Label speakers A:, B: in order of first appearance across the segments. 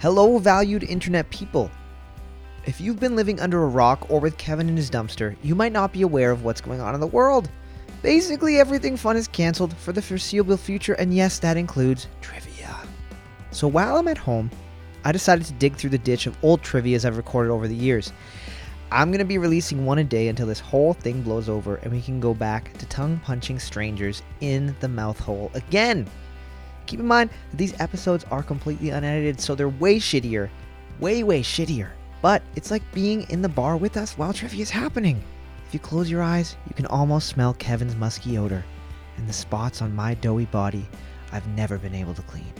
A: Hello, valued internet people. If you've been living under a rock or with Kevin in his dumpster, you might not be aware of what's going on in the world. Basically, everything fun is canceled for the foreseeable future, and yes, that includes trivia. So while I'm at home, I decided to dig through the ditch of old trivias I've recorded over the years. I'm going to be releasing one a day until this whole thing blows over and we can go back to tongue punching strangers in the mouth hole again. Keep in mind that these episodes are completely unedited, so they're way shittier. Way, way shittier. But it's like being in the bar with us while trivia is happening. If you close your eyes, you can almost smell Kevin's musky odor and the spots on my doughy body I've never been able to clean.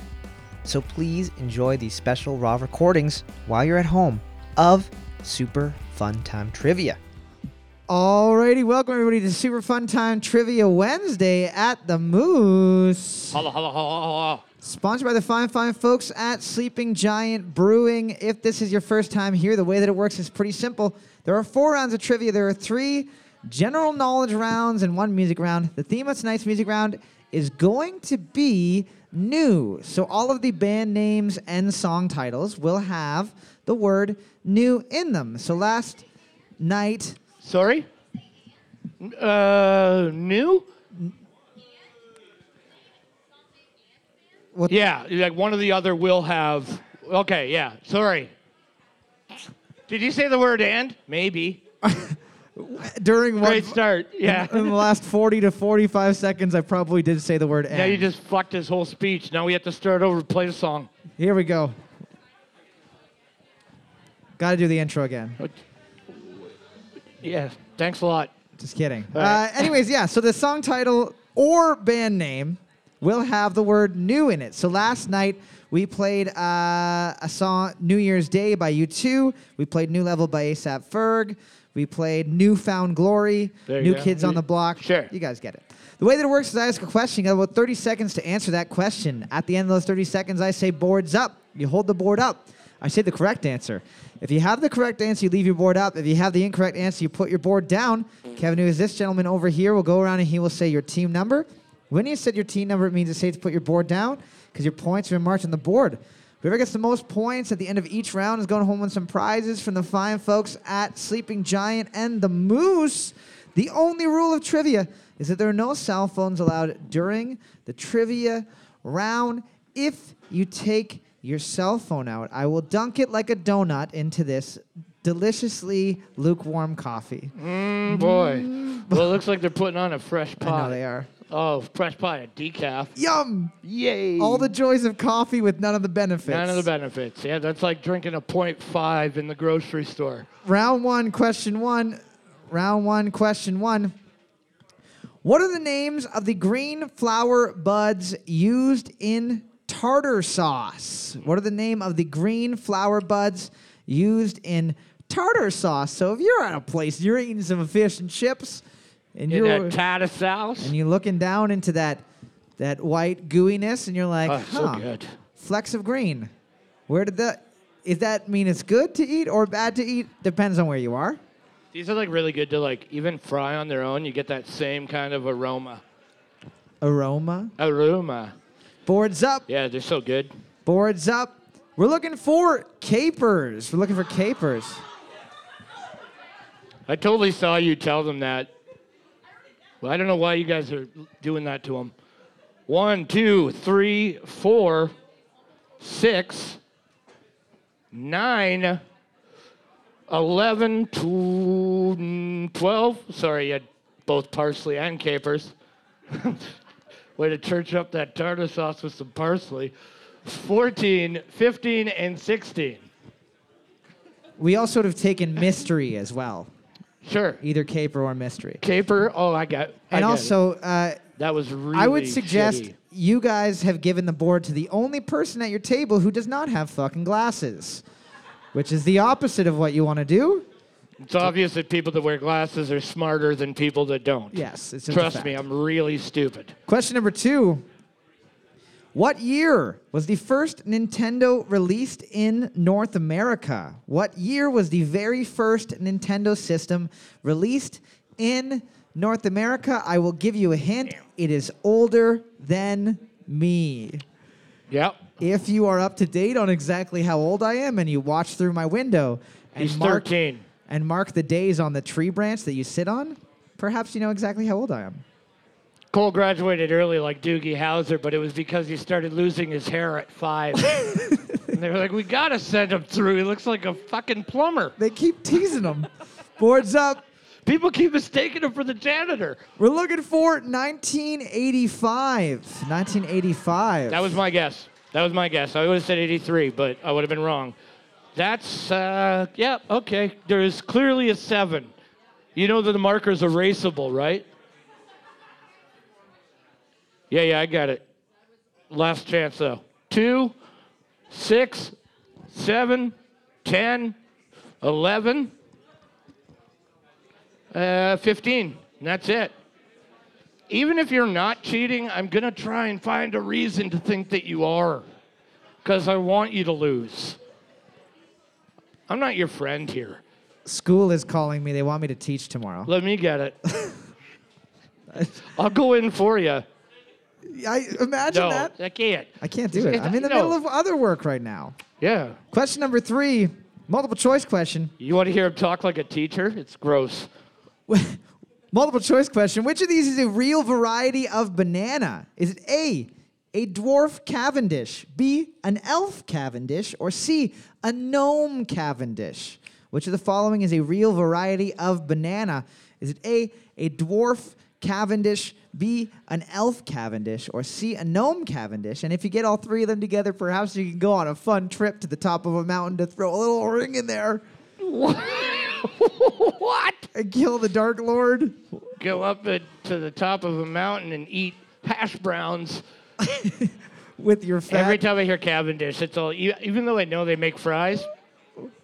A: So please enjoy these special raw recordings while you're at home of Super Fun Time Trivia. Alrighty, welcome everybody to Super Fun Time Trivia Wednesday at the Moose.
B: Hello, hello, hello, hello.
A: Sponsored by the fine, fine folks at Sleeping Giant Brewing. If this is your first time here, the way that it works is pretty simple. There are four rounds of trivia. There are three general knowledge rounds and one music round. The theme of tonight's music round is going to be new. So all of the band names and song titles will have the word new in them. So last night,
B: Sorry? Uh, new?
A: What-
B: Yeah, like one or the other will have. Okay, yeah, sorry. Did you say the word and? Maybe.
A: during one,
B: Great start, yeah.
A: in the last 40 to 45 seconds, I probably did say the word
B: Now
A: and.
B: you just fucked his whole speech. Now we have to start over, play the song.
A: Here we go. Got to do the intro again.
B: Yeah, thanks a lot.
A: Just kidding.
B: right.
A: Uh, anyways, yeah. So the song title or band name will have the word "new" in it. So last night we played uh, a song "New Year's Day" by U2. We played "New Level" by ASAP Ferg. We played "New Found Glory,"
B: There you
A: "New
B: go.
A: Kids on
B: You-
A: the Block."
B: Sure.
A: You guys get it. The way that it works is I ask a question. You have about 30 seconds to answer that question. At the end of those 30 seconds, I say boards up. You hold the board up. I say the correct answer. If you have the correct answer, you leave your board up. If you have the incorrect answer, you put your board down. Kevin, who is this gentleman over here, will go around and he will say your team number. When you said your team number, it means it's safe to put your board down because your points are in march on the board. Whoever gets the most points at the end of each round is going home with some prizes from the fine folks at Sleeping Giant and the Moose. The only rule of trivia is that there are no cell phones allowed during the trivia round. If you take your cell phone out, I will dunk it like a donut into this deliciously lukewarm coffee.
B: Mm, boy. Well, it looks like they're putting on a fresh
A: I know
B: pie.
A: they are.
B: Oh, fresh pie, a decaf.
A: Yum!
B: Yay.
A: All the joys of coffee with none of the benefits.
B: None of the benefits. Yeah, that's like drinking a .5 in the grocery store.
A: round one, question one. Round one, question one. What are the names of the green flower buds used in tartar sauce? What are the name of the green flower buds used in tartar sauce? So if you're at a place, you're eating some fish and chips, and
B: In
A: you're
B: a Tata sauce.
A: and you're looking down into that that white gooiness, and you're like,
B: Oh, so
A: huh,
B: good.
A: flecks of green. Where did that? Is that mean it's good to eat or bad to eat? Depends on where you are.
B: These are like really good to like even fry on their own. You get that same kind of aroma.
A: Aroma.
B: Aroma.
A: Boards up.
B: Yeah, they're so good.
A: Boards up. We're looking for capers. We're looking for capers.
B: I totally saw you tell them that. Well, I don't know why you guys are doing that to them. One, two, three, four, six, nine, eleven, tw- twelve. Sorry, you had both parsley and capers. Way to church up that tartar sauce with some parsley. 14, 15, and 16.
A: We also would have taken mystery as well,
B: Sure.
A: either caper or mystery.
B: Caper. Oh, I got. I
A: And
B: got it.
A: also, uh,
B: that was really.
A: I would suggest
B: shitty.
A: you guys have given the board to the only person at your table who does not have fucking glasses, which is the opposite of what you want to do.
B: It's obvious that people that wear glasses are smarter than people that don't.
A: Yes, it's just a
B: Trust me,
A: fact.
B: I'm really stupid.
A: Question number two. What year was the first Nintendo released in North America? What year was the very first Nintendo system released in North America? I will give you a hint. It is older than me.
B: Yep.
C: If you are up to date on exactly how old I am and you watch through my window and
B: He's
C: mark
B: 13.
C: and mark the days on the tree branch that you sit on, perhaps you know exactly how old I am.
B: Cole graduated early like Doogie Howser, but it was because he started losing his hair at five. and they were like, we gotta send him through. He looks like a fucking plumber.
C: They keep teasing them. Boards up.
B: People keep mistaking him for the janitor.
C: We're looking for 1985. 1985.
B: That was my guess. That was my guess. I would have said 83, but I would have been wrong. That's, uh, yeah, okay. There is clearly a seven. You know that the marker's erasable, right? Yeah, yeah, I got it. Last chance, though. Two, six, seven, ten, eleven, uh, fifteen. And that's it even if you're not cheating, I'm going to try and find a reason to think that you are because I want you to lose. I'm not your friend here.
C: School is calling me. They want me to teach tomorrow.
B: Let me get it. I'll go in for you.
C: I imagine
B: No,
C: that.
B: I can't.
C: I can't do it.
B: It's-
C: I'm in the
B: no.
C: middle of other work right now.
B: Yeah.
C: Question number three, multiple choice question.
B: You want to hear him talk like a teacher? It's gross.
C: multiple choice question. Which of these is a real variety of banana? Is it A, a dwarf Cavendish, B, an elf Cavendish, or C, a gnome Cavendish? Which of the following is a real variety of banana? Is it A, a dwarf Cavendish, B, an elf Cavendish, or C, a gnome Cavendish? And if you get all three of them together, perhaps you can go on a fun trip to the top of a mountain to throw a little ring in there
B: what?
C: and kill the Dark Lord.
B: Go up it- to the top of a mountain and eat hash browns.
C: With your fat
B: Every time I hear Cavendish, it's all, e- even though I know they make fries,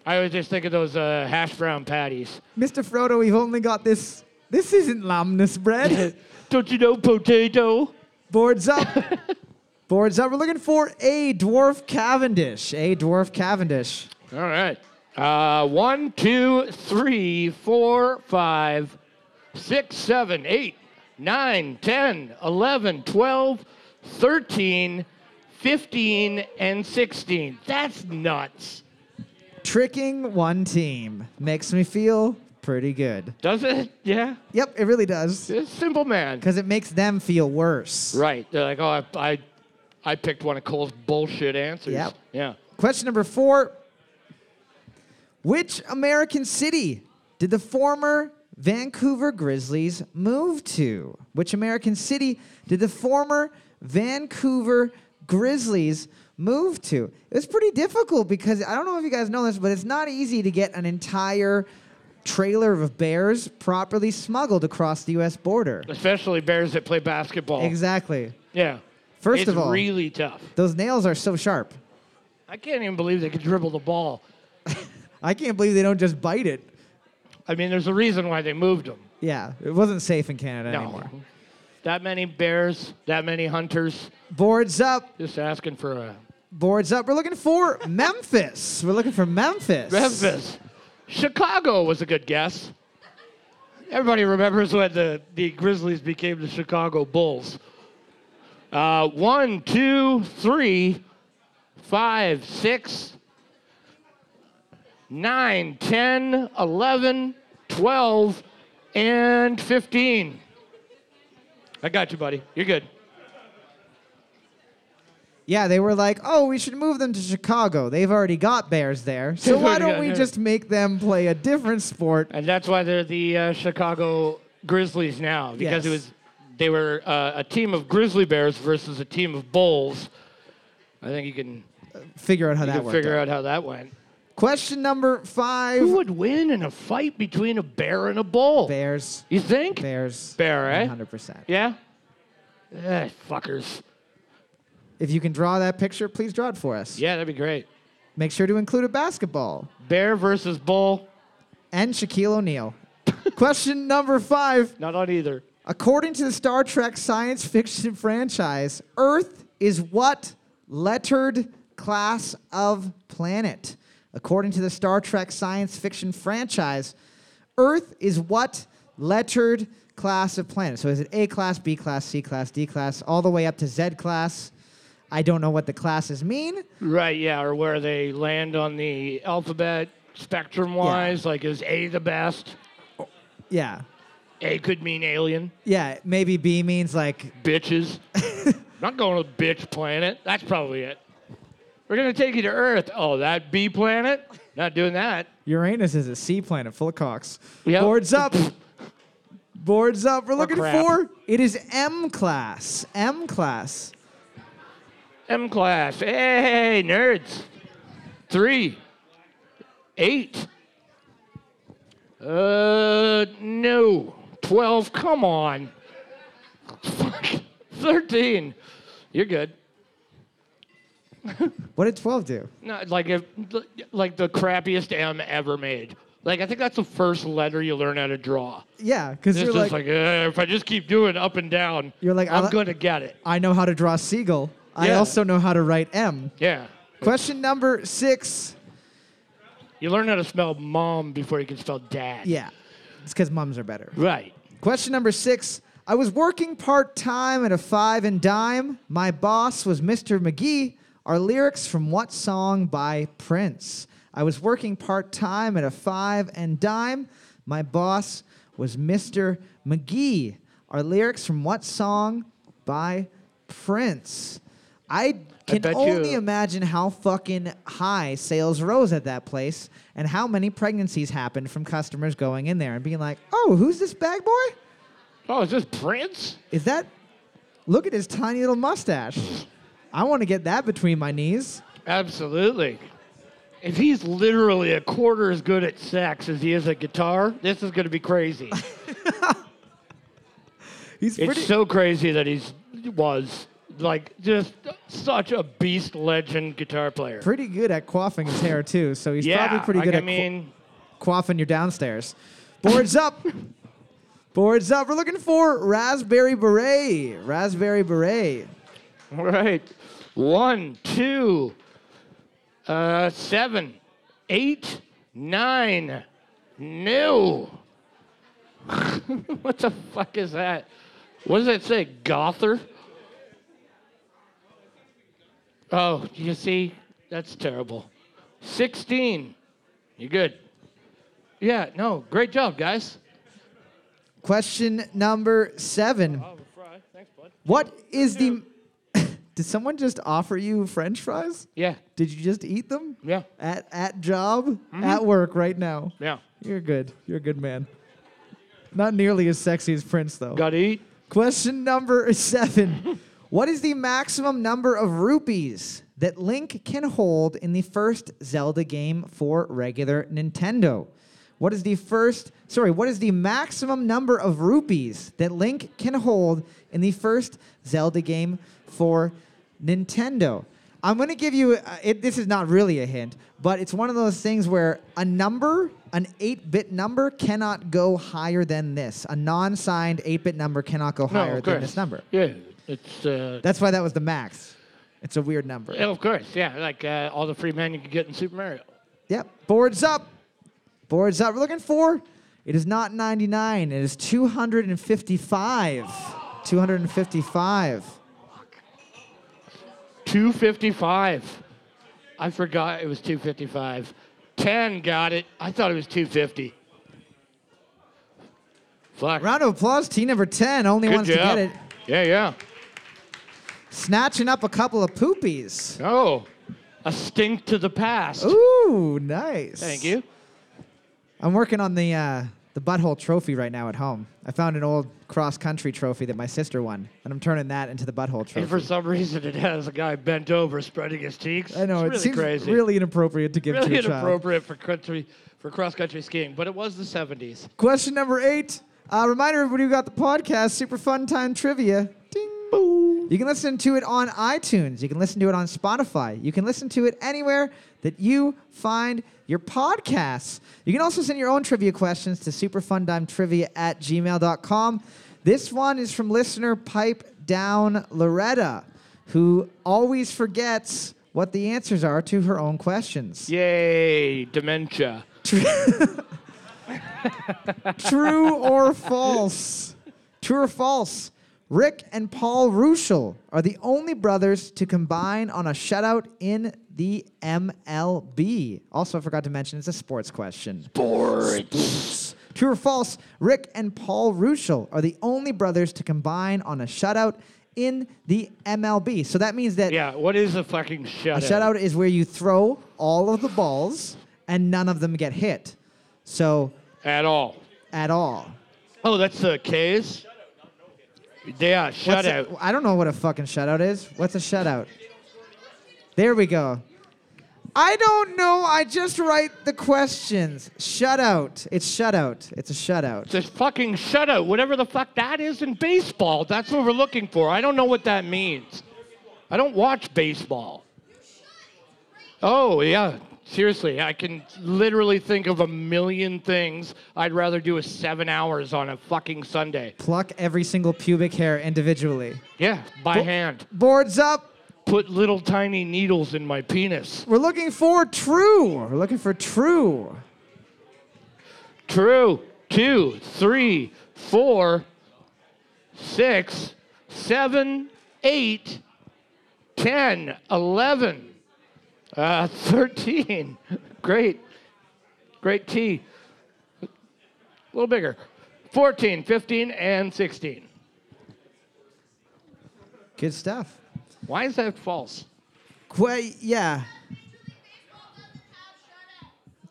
B: I always just think of those uh, hash brown patties.
C: Mr. Frodo, we've only got this. This isn't lamnus bread.
B: Don't you know potato?
C: Boards up. Boards up. We're looking for a dwarf Cavendish. A dwarf Cavendish.
B: All right. Uh, one, two, three, four, five, six, seven, eight, nine, ten, eleven, twelve, thirteen, fifteen, and 16. That's nuts.
C: Tricking one team makes me feel pretty good.
B: Does it? Yeah.
C: Yep, it really does.
B: It's simple man.
C: Because it makes them feel worse.
B: Right. They're like, oh, I, I, I picked one of Cole's bullshit answers.
C: Yep.
B: Yeah.
C: Question number four Which American city did the former Vancouver Grizzlies move to? Which American city did the former Vancouver Grizzlies move to? It was pretty difficult because I don't know if you guys know this, but it's not easy to get an entire trailer of bears properly smuggled across the U.S. border.
B: Especially bears that play basketball.
C: Exactly.
B: Yeah.
C: First
B: Oh. it's
C: of all-
B: really tough.
C: Those nails are so sharp.
B: I can't even believe they could dribble the ball.
C: I can't believe they don't just bite it.
B: I mean, there's a reason why they moved them.
C: Yeah, it wasn't safe in Canada anymore.
B: That many bears, that many hunters,
C: Boards up,
B: just asking for a
C: boards up. We're looking for Memphis. We're looking for Memphis.
B: Memphis. Chicago was a good guess. Everybody remembers when the, the Grizzlies became the Chicago Bulls. Uh, one, two, three, five, six, nine, 10, 11, 12, and 15. I got you, buddy. You're good.
C: Yeah, they were like, oh, we should move them to Chicago. They've already got Bears there. So
B: They've
C: why
B: already
C: don't
B: got
C: we
B: Bears.
C: just make them play a different sport?
B: And that's why they're the uh, Chicago Grizzlies now, because it
C: Yes.
B: was they were uh, a team of grizzly bears versus a team of bulls. I think you can,
C: Figure out how
B: you
C: that
B: can
C: works.
B: figure out how that went.
C: Question number five
B: Who would win in a fight between a bear and a bull?
C: Bears.
B: You think?
C: Bears.
B: Bear, eh?
C: 100%.
B: Yeah. Eh, fuckers.
C: If you can draw that picture, please draw it for us.
B: Yeah, that'd be great.
C: Make sure to include a basketball.
B: Bear versus bull.
C: And Shaquille O'Neal. Question number five.
B: Not on either.
C: According to the Star Trek science fiction franchise, Earth is what lettered class of planet? According to the Star Trek science fiction franchise, Earth is what lettered class of planet? So is it A class, B class, C class, D class, all the way up to Z class? I don't know what the classes mean.
B: Right, yeah, or where they land on the alphabet spectrum wise. Like, is A the best?
C: Yeah.
B: A could mean alien.
C: Yeah, maybe B means like
B: Bitches. Not going to bitch planet. That's probably it. We're going to take you to Earth. Oh, that B planet? Not doing that.
C: Uranus is a sea planet full of cocks.
B: Yep.
C: Boards up. Boards up. We're looking
B: crap.
C: for it is M class. M class.
B: M class. Hey, nerds. Three. Eight. Uh, no. Twelve. Come on. Fuck. Thirteen. You're good.
C: What did 12 do?
B: No, like if, like the crappiest M ever made. Like I think that's the first letter you learn how to draw.
C: Yeah, because
B: It's
C: you're
B: just
C: like,
B: like, "Uh, if I just keep doing up and down,
C: You're like,
B: I'm
C: I'll-
B: gonna get it.
C: I know how to draw seagull. I
B: Yeah.
C: also know how to write M.
B: Yeah.
C: Question number six.
B: You learn how to spell mom before you can spell dad.
C: Yeah, it's because mums are better.
B: Right.
C: Question number six. I was working part time at a five and dime. My boss was Mr. McGee. Are lyrics from what song by Prince? I was working part time at a five and dime. My boss was Mr. McGee. Are lyrics from what song by Prince? I can
B: bet
C: only
B: you-
C: imagine how fucking high sales rose at that place and how many pregnancies happened from customers going in there and being like, oh, who's this bag boy?
B: Oh, is this Prince?
C: Is that. Look at his tiny little mustache. I want to get that between my knees.
B: Absolutely. If he's literally a quarter as good at sex as he is at guitar, this is gonna be crazy.
C: He's
B: It's
C: pretty.
B: so crazy that he's was like just such a beast legend guitar player.
C: Pretty good at quaffing his hair too, so he's
B: yeah,
C: probably pretty
B: like,
C: good
B: I
C: at qu-
B: mean,
C: quaffing your downstairs. Boards up. Boards up. We're looking for Raspberry Beret. Raspberry Beret.
B: right. One, two, uh, seven, eight, nine. No. what the fuck is that? What does that say? Gother? Oh, you see? That's terrible. 16. You're good. Yeah, no, great job, guys.
C: Question number seven.
B: Oh, Thanks, bud.
C: What is the. Did someone just offer you French fries?
B: Yeah,
C: Did you just eat them?
B: yeah,
C: At, at job, at work right now.
B: yeah.
C: You're good. You're a good man. Not nearly as sexy as Prince, though.
B: Gotta eat.
C: Question number seven. what is the maximum number of rupees that Link can hold in the first Zelda game for regular Nintendo? What is the first, sorry, what is the maximum number of rupees that Link can hold in the first Zelda game for Nintendo? I'm going to give you, uh, it, this is not really a hint, but it's one of those things where a number, an 8 bit number, cannot go higher than this. A non signed 8 bit number cannot go
B: No,
C: higher
B: of
C: than
B: course.
C: this number.
B: Yeah, it's uh,
C: That's why that was the max. It's a weird number.
B: yeah, of course. Yeah, like uh, all the free men you could get in Super Mario.
C: Yep. Boards up. Boards up. We're looking for. It is not 99. It is 255. 255.
B: Two fifty-five. I forgot it was two fifty-five. Ten got it. I thought it was two fifty. Fuck.
C: Round of applause. Team number 10 only
B: Good
C: wants
B: job.
C: to get it.
B: Yeah, yeah.
C: Snatching up a couple of poopies.
B: Oh, a stink to the past.
C: Ooh, nice.
B: Thank you.
C: I'm working on the uh, the butthole trophy right now at home. I found an old cross country trophy that my sister won, and I'm turning that into the butthole
B: And for
C: trophy.
B: some reason, it has a guy bent over, spreading his cheeks.
C: I
B: it's
C: know it
B: really
C: seems
B: crazy.
C: really inappropriate to give
B: really
C: to a child.
B: inappropriate for country for cross country skiing, but it was the 70s.
C: Question number eight. Uh, reminder, everybody, we got the podcast, Super Fun Time Trivia. Ding. Boom. You can listen to it on iTunes. You can listen to it on Spotify. You can listen to it anywhere that you find your podcasts. You can also send your own trivia questions to superfundimetrivia at gmail.com. This one is from listener Pipe Down Loretta, who always forgets what the answers are to her own questions.
B: Yay, dementia.
C: True or false? True or false? Rick and Paul Ruschel are the only brothers to combine on a shutout in the MLB. Also, I forgot to mention it's a sports question. Sports. True or false, Rick and Paul Ruschel are the only brothers to combine on a shutout in the MLB. So that means that
B: Yeah, what is a fucking
C: a
B: shutout?
C: shutout is where you throw all of the balls and none of them get hit. So,
B: At all.
C: at all.
B: Oh, that's the K's? Yeah,
C: What's a-
B: shutout.
C: I don't know what a fucking shutout is. What's a shutout? There we go. I don't know. I just write the questions. Shutout. It's shutout. It's a shutout.
B: This fucking shutout, whatever the fuck that is in baseball, that's what we're looking for. I don't know what that means. I don't watch baseball. Oh, yeah. Seriously, I can literally think of a million things I'd rather do with seven hours on a fucking Sunday.
C: Pluck every single pubic hair individually.
B: Yeah, by hand.
C: Boards up.
B: Put little tiny needles in my penis.
C: We're looking for true. We're looking for true.
B: True. Two, three, four, six, seven, eight, ten, eleven, uh, thirteen. Great. Great T. A little bigger. 14, 15, and 16.
C: Good stuff.
B: Why is that false?
C: Quite, yeah.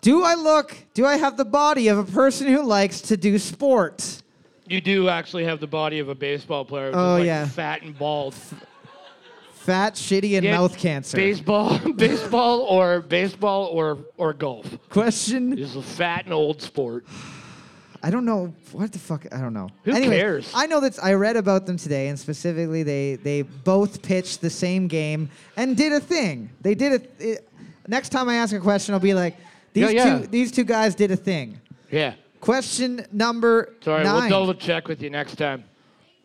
C: Do I look, do I have the body of a person who likes to do sport?
B: You do actually have the body of a baseball player. who's
C: Oh,
B: like
C: yeah.
B: Fat and bald.
C: Fat, shitty, and
B: Yeah,
C: mouth cancer.
B: Baseball, baseball, or baseball, or or golf.
C: Question.
B: This is a fat and old sport.
C: I don't know what the fuck. I don't know.
B: Who
C: Anyway,
B: cares?
C: I know that I read about them today, and specifically, they they both pitched the same game and did a thing. They did a. It, next time I ask a question, I'll be like, these
B: yeah.
C: two these two guys did a thing.
B: Yeah.
C: Question number
B: Sorry,
C: nine.
B: we'll double check with you next time.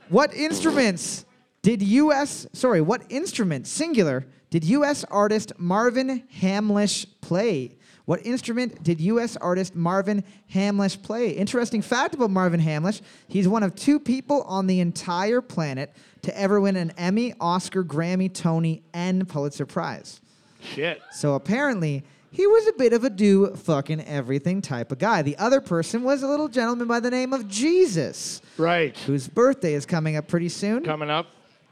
C: What instruments did U.S. Sorry, what instrument singular did U.S. artist Marvin Hamlish play? What instrument did U.S. artist Marvin Hamlish play? Interesting fact about Marvin Hamlish: he's one of two people on the entire planet to ever win an Emmy, Oscar, Grammy, Tony, and Pulitzer Prize.
B: Shit.
C: So apparently, he was a bit of a do fucking everything type of guy. The other person was a little gentleman by the name of Jesus
B: Right.
C: whose birthday is coming up pretty soon.
B: Coming up.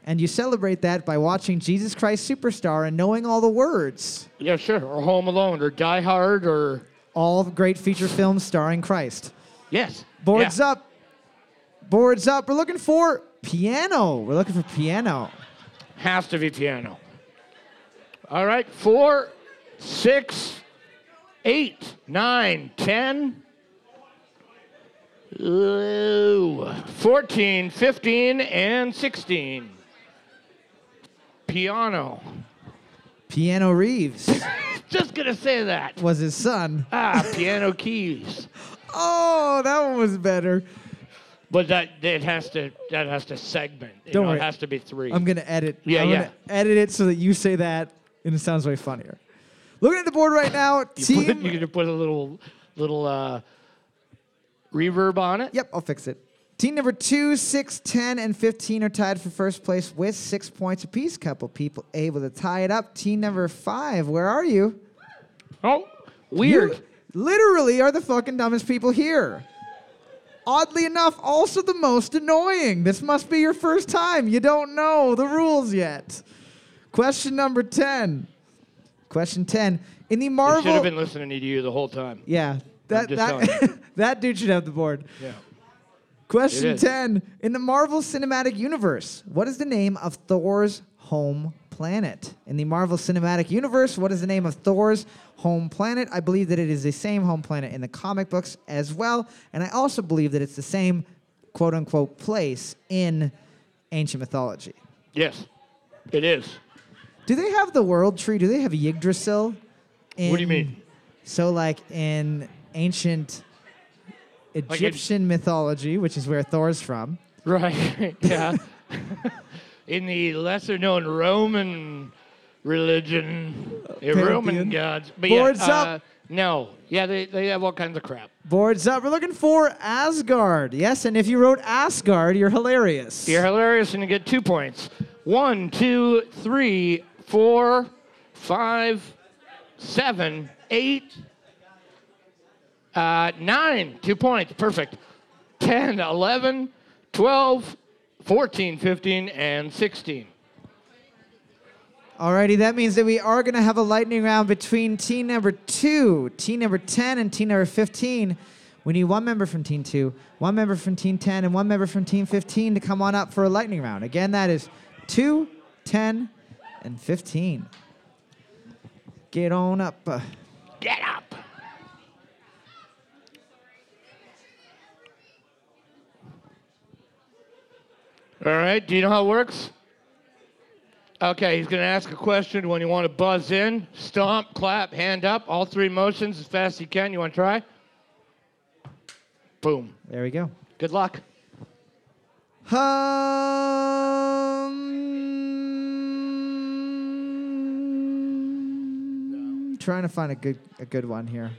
C: And you celebrate that by watching Jesus Christ Superstar and knowing all the words.
B: Yeah, sure. Or Home Alone or Die Hard or.
C: All great feature films starring Christ.
B: Yes.
C: Boards
B: yeah.
C: up. Boards up. We're looking for piano. We're looking for piano.
B: Has to be piano. All right. Four, six, eight, nine, ten. Ooh, 14, 15, and 16. Piano.
C: Piano Reeves
B: Just gonna say that.
C: was his son.
B: Ah, piano keys.
C: Oh, that one was better.
B: But that it has to that has to segment. You
C: Don't
B: know,
C: worry.
B: It has to be 3
C: I'm gonna edit.
B: Yeah,
C: I'm
B: yeah.
C: Gonna edit it so that you say that, and it sounds way funnier. Looking at the board right now,
B: you
C: team.
B: put, you're gonna put a little little uh, reverb on it.
C: Yep, I'll fix it. Team number two, six, 10, and 15 are tied for first place with six points apiece. Couple people able to tie it up. Team number five, where are you?
B: Oh, weird.
C: You literally are the fucking dumbest people here. Oddly enough, also the most annoying. This must be your first time. You don't know the rules yet. Question number 10. Question 10. In the
B: I should
C: Marvel.
B: have been listening to you the whole time.
C: yeah, that,
B: just
C: that, that dude should have the board.
B: Yeah. It
C: Question
B: is.
C: 10. In the Marvel Cinematic Universe, what is the name of Thor's home planet? In the Marvel Cinematic Universe, what is the name of Thor's home planet? I believe that it is the same home planet in the comic books as well. And I also believe that it's the same quote unquote place in ancient mythology.
B: Yes, it is.
C: Do they have the world tree? Do they have Yggdrasil? In,
B: What do you mean?
C: So, like in ancient
B: in-
C: Egyptian mythology, which is where Thor's from.
B: Right. yeah. In the lesser known Roman religion, the Roman
C: Pantheon.
B: gods. But
C: Boards
B: yeah,
C: up.
B: uh, No. Yeah, they, they have all kinds of crap.
C: Boards up. We're looking for Asgard. Yes, and if you wrote Asgard, you're hilarious.
B: You're hilarious and you get two points. One, two, three, four, five, seven, eight, uh, nine. Two points. Perfect. 10, 11, 12, 14, 15, and 16.
C: Alrighty, that means that we are going to have a lightning round between team number two, team number 10, and team number 15. We need one member from team two, one member from team 10, and one member from team 15 to come on up for a lightning round. Again, that is two, 10, and 15. Get on up. uh,
B: Get up. All right, do you know how it works? Okay, he's going to ask a question. When you want to buzz in, stomp, clap, hand up, all three motions as fast as you can. You want to try? Boom.
C: There we go.
B: Good luck.
C: Um, Trying to find a good a good one here.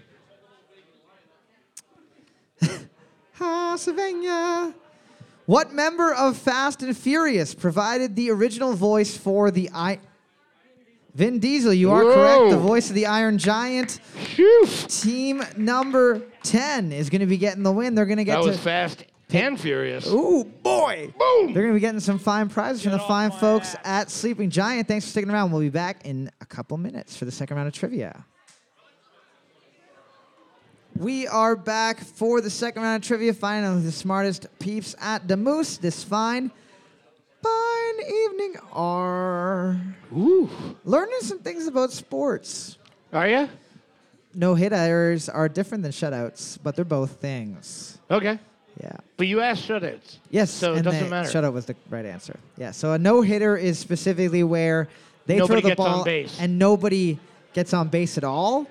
C: Pennsylvania. What member of Fast and Furious provided the original voice for the I? Vin Diesel, you are correct. The
B: Whoa.
C: voice of the Iron Giant.
B: Phew.
C: Team number ten is going to be getting the win. They're going to get
B: That
C: to.
B: was fast and furious.
C: Ooh boy!
B: Boom.
C: They're going to be getting some fine prizes from the fine folks at Sleeping Giant. Thanks for sticking around. We'll be back in a couple minutes for the second round of trivia. We are back for the second round of trivia. Finally, the smartest peeps at the Moose this fine, fine evening are
B: Ooh.
C: learning some things about sports.
B: Are you?
C: No hitters are different than shutouts, but they're both things.
B: Okay.
C: Yeah.
B: But you asked shutouts.
C: Yes,
B: So it
C: and
B: doesn't
C: the
B: matter.
C: Shutout was the right answer. Yeah, so a no hitter is specifically where they
B: Nobody
C: throw the
B: gets on
C: ball
B: base.
C: and nobody gets on base at all.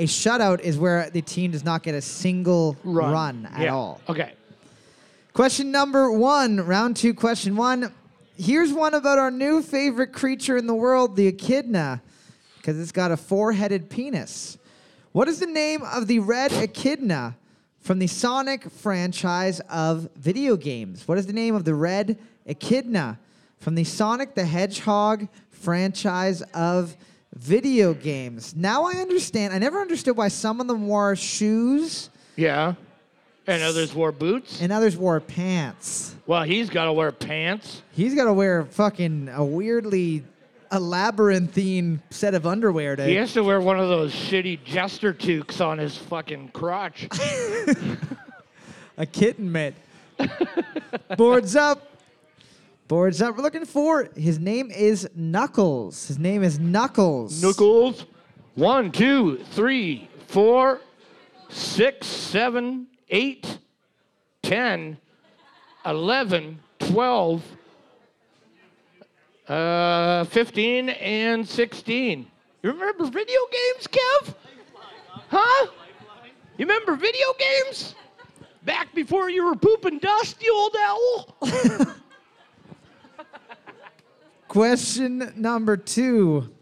C: A shutout is where the team does not get a single run, at
B: Yeah.
C: all.
B: Okay.
C: Question number one, round two, question one. Here's one about our new favorite creature in the world, the echidna, because it's got a four headed penis. What is the name of the red echidna from the Sonic franchise of video games? What is the name of the red echidna from the Sonic the Hedgehog franchise of video games? Now I understand. I never understood why some of them wore shoes
B: Yeah. And others wore boots.
C: and others wore pants.
B: well, he's got to wear pants.
C: He's got to wear fucking a weirdly a labyrinthine set of underwear to.
B: He has to wear one of those shitty jester toques on his fucking crotch.
C: A kitten mitt. Boards up. Boards up. We're looking for his name is Knuckles. His name is Knuckles.
B: Knuckles. One, two, three, four, six, seven, eight, ten, eleven, twelve, uh, fifteen, and sixteen. You remember video games, Kev? Huh? You remember video games? Back before you were pooping dust, you old owl.
C: Question number two.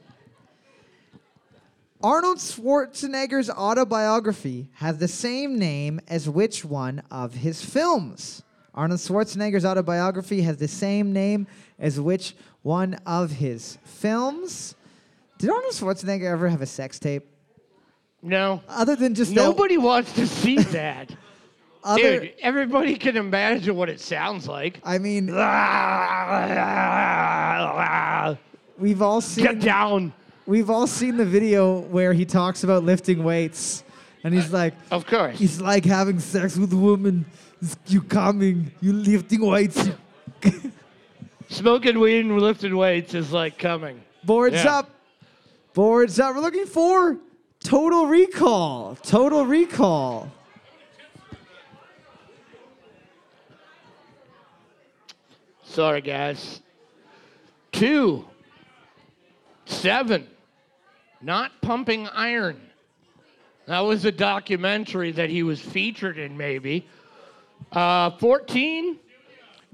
C: Arnold Schwarzenegger's autobiography has the same name as which one of his films? Arnold Schwarzenegger's autobiography has the same name as which one of his films? Did Arnold Schwarzenegger ever have a sex tape?
B: No.
C: Other than just that-
B: Nobody wants to see that.
C: other,
B: Dude, everybody can imagine what it sounds like.
C: I mean,
B: Get
C: we've all seen
B: down.
C: we've all seen the video where he talks about lifting weights, and he's like,
B: Of course.
C: It's like having sex with a woman. It's- You coming, you lifting weights.
B: Smoking weed and lifting weights is like coming.
C: Boards
B: Yeah.
C: up. Boards up. We're looking for Total Recall. Total Recall.
B: Sorry, guys. Two. Seven. Not pumping iron. That was a documentary that he was featured in, maybe. Uh, 14.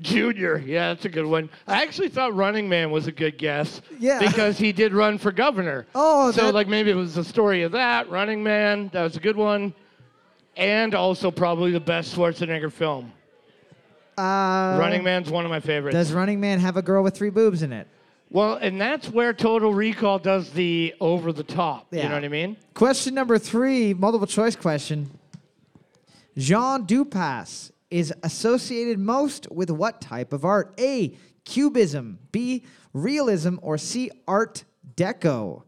B: Junior. Yeah, that's a good one. I actually thought Running Man was a good guess.
C: Yeah.
B: Because he did run for governor.
C: Oh,
B: So,
C: that-
B: like, maybe it was the story of that. Running Man. That was a good one. and also probably the best Schwarzenegger film.
C: Uh,
B: Running Man's one of my favorites.
C: Does Running Man have a girl with three boobs in it?
B: well, and that's where Total Recall does the over the top. You
C: Yeah.
B: know what I mean?
C: Question number three, multiple choice question. Jean Dupas is associated most with what type of art? A. Cubism. B. Realism. Or C. Art Deco.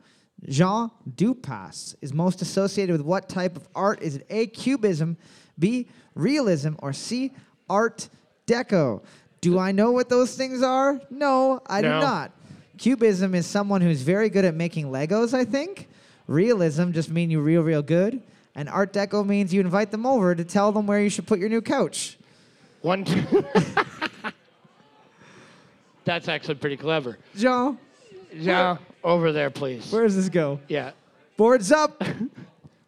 C: Jean Dupas is most associated with what type of art? Is it A. Cubism, B. Realism, or C. Art Deco? Do I know what those things are? No, I do
B: No.
C: not. Cubism is someone who's very good at making Legos, I think. Realism just mean you real, real good. And Art Deco means you invite them over to tell them where you should put your new couch.
B: One. T- that's actually pretty clever.
C: Joe,
B: Yeah, over there, please.
C: where does this go?
B: yeah.
C: Boards up.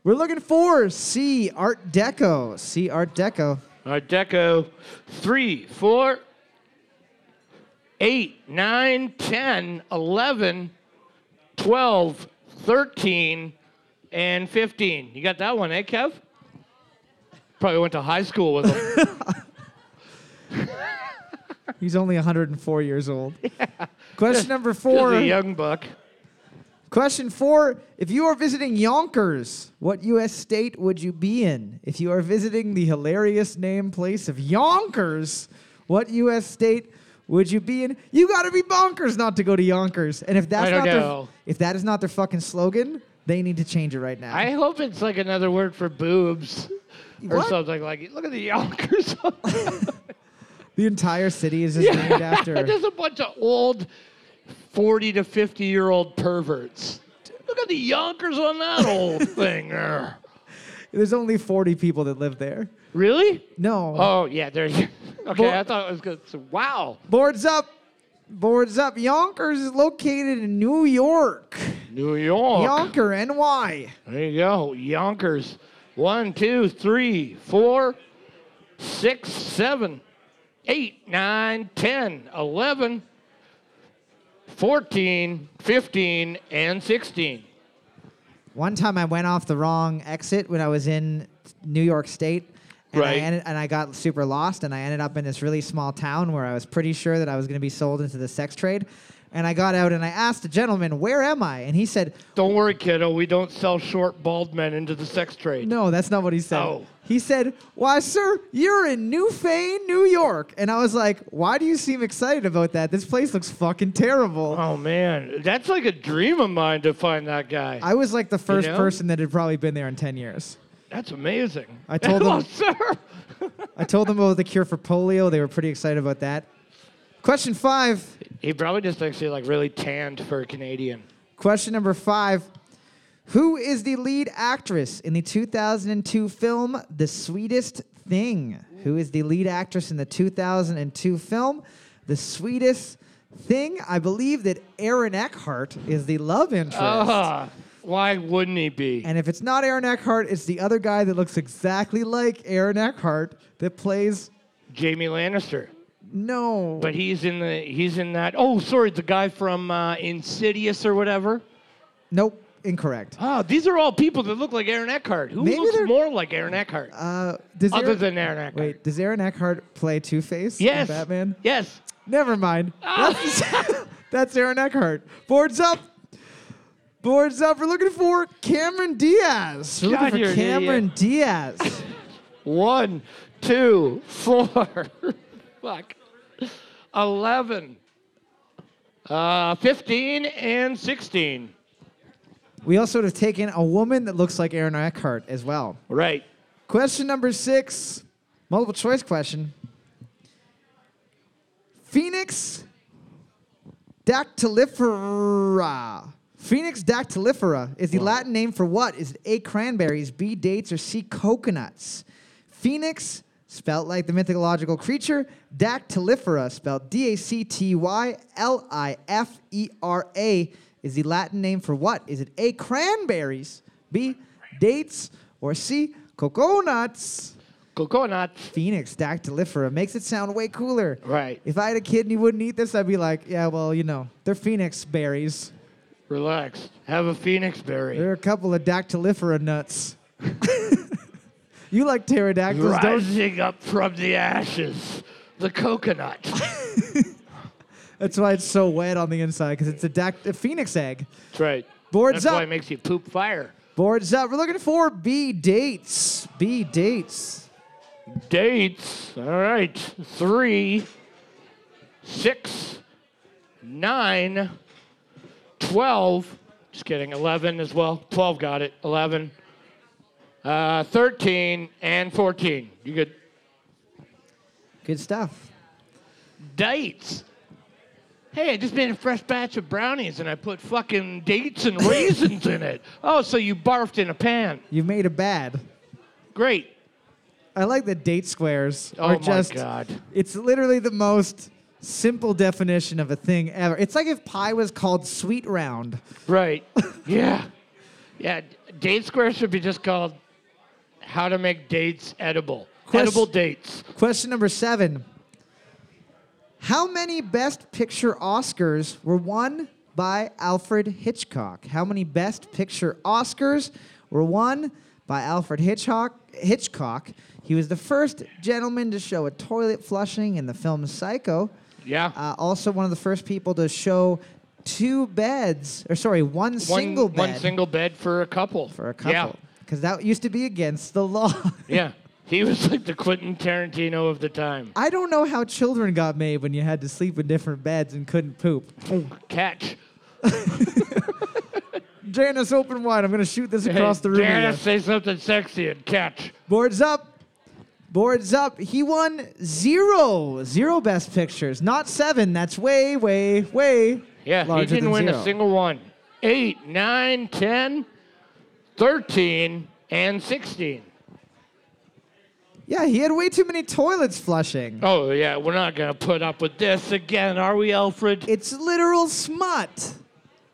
C: We're looking for C Art Deco. C Art Deco.
B: Art Deco, three, four, eight, nine, 10, 11, 12, 13, and 15. You got that one, eh, Kev? Probably went to high school with him.
C: He's only 104 years old. Question
B: Or
C: number
B: a
C: four.
B: young buck.
C: Question four. If you are visiting Yonkers, what U.S. state would you be in? If you are visiting the hilarious name place of Yonkers, what U.S. state would you be in? You gotta be bonkers not to go to Yonkers. And if that's
B: I don't
C: not their,
B: know.
C: if that is not their fucking slogan, they need to change it right now.
B: I hope it's like another word for boobs or
C: What?
B: something like Look at the yonkers.
C: the entire city is just named after.
B: There's a bunch of old 40 to 50 year old perverts. Look at the yonkers on that old thing there.
C: There's only 40 people that live there.
B: Really?
C: No.
B: Oh, yeah, there you Okay,
C: Well-
B: I thought it was good. So, wow.
C: Boards up. Boards up. Yonkers is located in New York.
B: New York.
C: Yonker, NY.
B: There you go. Yonkers. One, two, three, four, six, seven, eight, nine, ten, eleven, fourteen, fifteen, and 16.
C: One time I went off the wrong exit when I was in New York State. And I
B: Right.
C: ended, and I got super lost, and I ended up in this really small town where I was pretty sure that I was going to be sold into the sex trade. And I got out and I asked the gentleman, "Where am I?" And he said,
B: Don't worry, kiddo. We don't sell short, bald men into the sex trade.
C: No, that's not what he said.
B: Oh.
C: He said, Why, sir, you're in Newfane, New York. And I was like, Why do you seem excited about that? This place looks fucking terrible.
B: Oh, man. That's like a dream of mine to find that guy.
C: I was like the first
B: know?
C: person that had probably been there in 10 years.
B: That's amazing.
C: I told
B: Hello,
C: him-
B: sir.
C: I told them about the cure for polio. They were pretty excited about that. Question five.
B: He probably just thinks he's like really tanned for a Canadian.
C: Question number five. Who is the lead actress in the 2002 film The Sweetest Thing? Who is the lead actress in the 2002 film The Sweetest Thing? I believe that Aaron Eckhart is the love interest.
B: Ah, why wouldn't he be?
C: And if it's not Aaron Eckhart, it's the other guy that looks exactly like Aaron Eckhart that plays
B: Jamie Lannister.
C: no.
B: But he's in the he's in that. Oh, sorry, the guy from uh, Insidious or whatever.
C: nope, incorrect.
B: Oh, these are all people that look like Aaron Eckhart. Who
C: Maybe
B: looks
C: they're-
B: more like Aaron Eckhart
C: Uh, does
B: other
C: Aaron-
B: than Aaron Eckhart?
C: wait, does Aaron Eckhart play Two Face?
B: yes,
C: Batman.
B: Yes.
C: Never mind.
B: Ah.
C: That's, that's Aaron Eckhart. Boards up. Boards up. We're looking for Cameron Diaz. We're
B: God,
C: looking
B: you're
C: for
B: an
C: Cameron Diaz.
B: One, two, four. Fuck. Eleven. Uh, fifteen and sixteen.
C: we also would have taken a woman that looks like Aaron Eckhart as well.
B: Right.
C: Question number six, multiple choice question. Phoenix dactylifera. Phoenix dactylifera is the Latin name for what? Is it A, cranberries, B, dates, or C, coconuts? Phoenix, spelt like the mythological creature, dactylifera, spelled D A C T Y L I F E R A, is the Latin name for what? Is it A, cranberries, B, dates, or C, coconuts?
B: Coconuts.
C: Phoenix dactylifera makes it sound way cooler.
B: Right.
C: If I had a kid and you wouldn't eat this, I'd be like, yeah, well, you know, they're phoenix berries.
B: Relax. Have a phoenix berry.
C: There are a couple of dactylifera nuts. you You like pterodactyls, don't you?
B: Rising up from the ashes, the coconut.
C: That's why it's so wet on the inside, because it's a, dact- a phoenix egg.
B: That's right.
C: Boards
B: That's why
C: up.
B: it makes you poop fire.
C: Boards up. We're looking for B dates. B dates.
B: Dates. All right. Three, six, nine, twelve. Just kidding. Eleven as well. Twelve got it. Eleven. Uh, Thirteen and fourteen. You good?
C: Good stuff.
B: Dates. Hey, I just made a fresh batch of brownies and I put fucking dates and raisins in it. Oh, so you barfed in a pan.
C: You've made a bad.
B: Great.
C: I like that date squares
B: Oh
C: are
B: my
C: just.
B: God.
C: It's literally the most simple definition of a thing ever. It's like if pie was called sweet round.
B: Right. yeah. Yeah. d- Date Square should be just called How to Make Dates Edible.
C: Quest-
B: edible dates.
C: Question number seven. How many Best Picture Oscars were won by Alfred Hitchcock? How many Best Picture Oscars were won by Alfred Hitchcock? Hitchcock. He was the first gentleman to show a toilet flushing in the film Psycho.
B: Yeah.
C: Uh, also, one of the first people to show two beds, or sorry, one,
B: one,
C: single bed
B: One single bed for a couple.
C: for a
B: Yeah.
C: couple. Because that used to be against the law.
B: yeah. He was like the Quentin Tarantino of the time.
C: I don't know how children got made when you had to sleep in different beds and couldn't poop.
B: Catch.
C: Janice, open wide. I'm going to shoot this across
B: Hey,
C: the room. at
B: Janice,
C: you.
B: say something sexy and catch.
C: Boards up. Boards up. He won zero, zero best pictures. Not seven. That's way, way, way.
B: Yeah.
C: larger
B: he didn't
C: than
B: win
C: zero.
B: a single one. Eight, nine, ten, thirteen, and 16.
C: Yeah, he had way too many toilets flushing.
B: Oh, yeah. We're not going to put up with this again, are we, Alfred?
C: It's literal smut.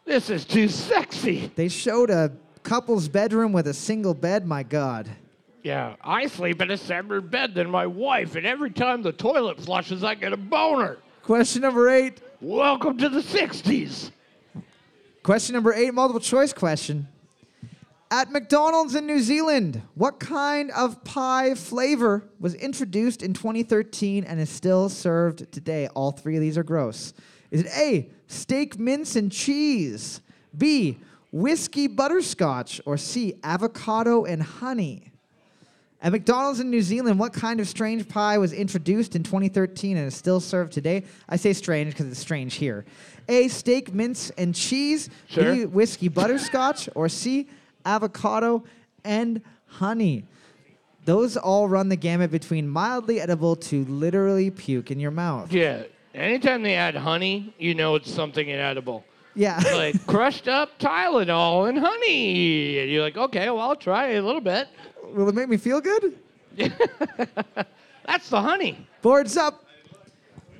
B: This is too sexy.
C: They showed a couple's bedroom with a single bed. My God.
B: Yeah, I sleep in a separate bed than my wife, and every time the toilet flushes, I get a boner.
C: Question number eight.
B: Welcome to the 60s.
C: Question number eight, multiple choice question. At McDonald's in New Zealand, what kind of pie flavor was introduced in 2013 and is still served today? All three of these are gross. Is it A, steak mince and cheese, B, whiskey butterscotch, or C, avocado and honey? At McDonald's in New Zealand, what kind of strange pie was introduced in 2013 and is still served today? I say strange because it's strange here. A. Steak, mince, and cheese. B.
B: Sure.
C: Whiskey, butterscotch. or C. Avocado and honey. Those all run the gamut between mildly edible to literally puke in your mouth.
B: Yeah, anytime they add honey, you know it's something inedible.
C: Yeah.
B: Like crushed up Tylenol and honey. And you're like, okay, well, I'll try a little bit.
C: Will it make me feel good?
B: That's the honey.
C: Boards up.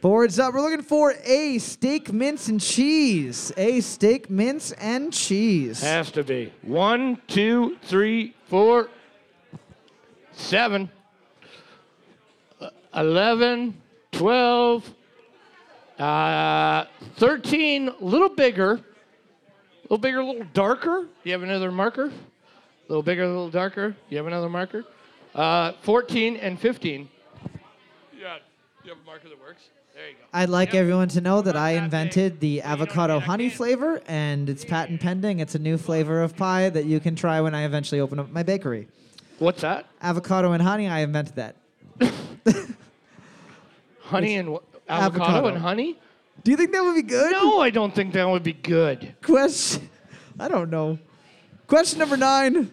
C: Boards up. We're looking for a steak, mince, and cheese. A steak, mince, and cheese.
B: Has to be. One, two, three, four, seven, uh, 11, 12, uh, 13, a little bigger, a little bigger, a little darker. You have another marker? A little bigger, a little darker. You have another marker? Uh, 14 and 15. Yeah, you have a marker that works? There you go.
C: I'd like everyone to know that I
B: that big.
C: invented the
B: don't
C: avocado
B: need a
C: honey
B: can.
C: flavor, and it's patent pending. It's a new flavor of pie that you can try when I eventually open up my bakery.
B: What's that?
C: Avocado and honey, I invented that.
B: Honey and wha-
C: avocado.
B: avocado and honey?
C: Do you think that would be good?
B: No, I don't think that would be good.
C: Question. I don't know. Question number nine.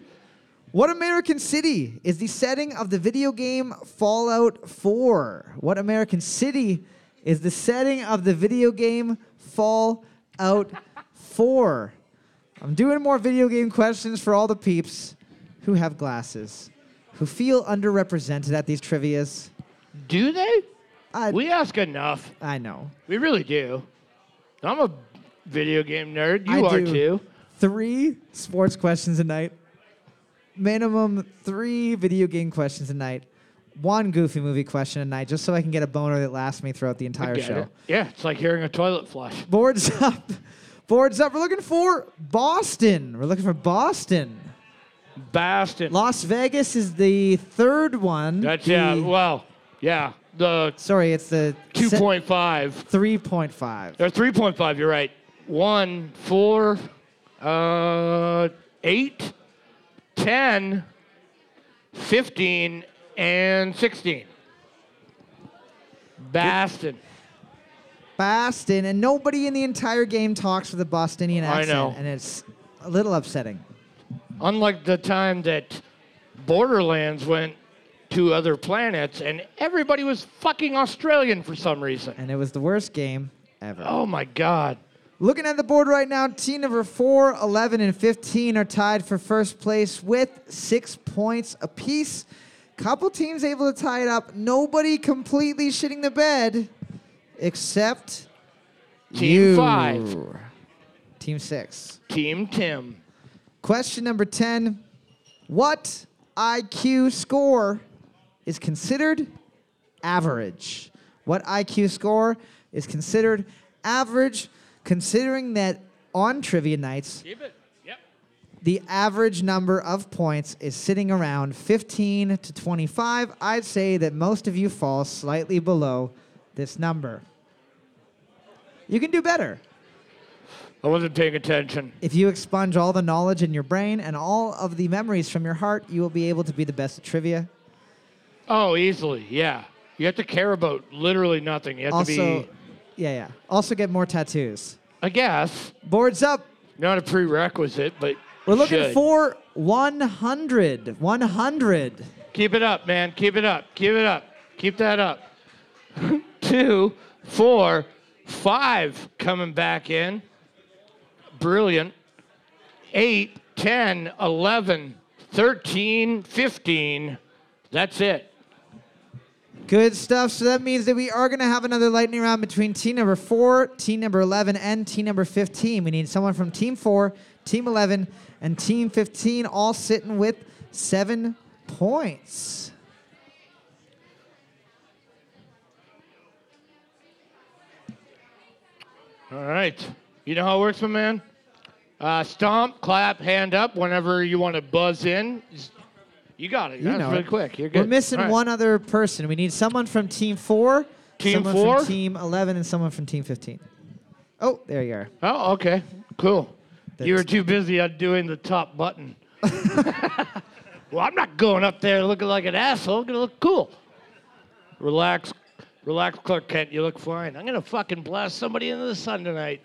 C: What American city is the setting of the video game Fallout 4? What American city is the setting of the video game Fallout 4? I'm doing more video game questions for all the peeps who have glasses, who feel underrepresented at these trivias.
B: Do they?
C: I,
B: We ask enough.
C: I know.
B: We really do. I'm a video game nerd.
C: I
B: You are
C: do.
B: too.
C: three sports questions a night, minimum three video game questions a night, one goofy movie question a night, just so I can get a boner that lasts me throughout the entire
B: Get
C: show.
B: it. Yeah, it's like hearing a toilet flush.
C: Boards up. Boards up. We're looking for Boston. We're looking for Boston.
B: Boston.
C: Las Vegas is the third one.
B: That's
C: The-
B: yeah. Well, yeah. The
C: Sorry, it's the
B: two
C: se-
B: point five
C: 3.5.
B: or three point five. You're right. One, four, uh, eight, ten, fifteen, and sixteen. Boston.
C: Boston, and nobody in the entire game talks with a Bostonian
B: I
C: accent,
B: know.
C: and it's a little upsetting.
B: Unlike the time that Borderlands went to other planets and everybody was fucking Australian for some reason.
C: And it was the worst game ever.
B: Oh my god.
C: Looking at the board right now, team number 4, 11, and 15 are tied for first place with six points apiece. Couple teams able to tie it up. Nobody completely shitting the bed except
B: Team
C: you.
B: five.
C: Team 6.
B: Team Tim.
C: Question number 10 What IQ score is considered average? What IQ score is considered average, considering that on trivia nights,
B: Keep it. Yep.
C: the average number of points is sitting around 15 to 25? I'd say that most of you fall slightly below this number. You can do better.
B: I wasn't paying attention.
C: If you expunge all the knowledge in your brain and all of the memories from your heart, you will be able to be the best at trivia.
B: Oh, easily. Yeah. You have to care about literally nothing. You have
C: also,
B: to be,
C: yeah, yeah. Also, get more tattoos.
B: I guess,
C: Boards up.
B: not a prerequisite, but
C: We're
B: you
C: looking
B: should.
C: for 100. 100.
B: Keep it up, man. Keep it up. Keep it up. Keep that up. Two, four, five coming back in. Brilliant. Eight, ten, eleven, thirteen, fifteen. That's it.
C: Good stuff. So that means that we are going to have another lightning round between team number four, team number 11, and team number 15. We need someone from team four, team 11, and team 15 all sitting with seven points.
B: All right. You know how it works, my man? Uh, stomp, clap, hand up whenever you want to buzz in. You got it.
C: You
B: That's
C: know
B: really
C: it.
B: quick. You're good.
C: We're missing
B: All right.
C: one other person. We need someone from Team Four,
B: Team
C: someone
B: four?
C: from Team Eleven, and someone from Team Fifteen. Oh, there you are.
B: Oh, okay. Cool. you were
C: That's-
B: too busy undoing the top button. well, I'm not going up there looking like an asshole. I'm going to look cool. Relax. Relax, Clark Kent. You look fine. I'm going to fucking blast somebody into the sun tonight.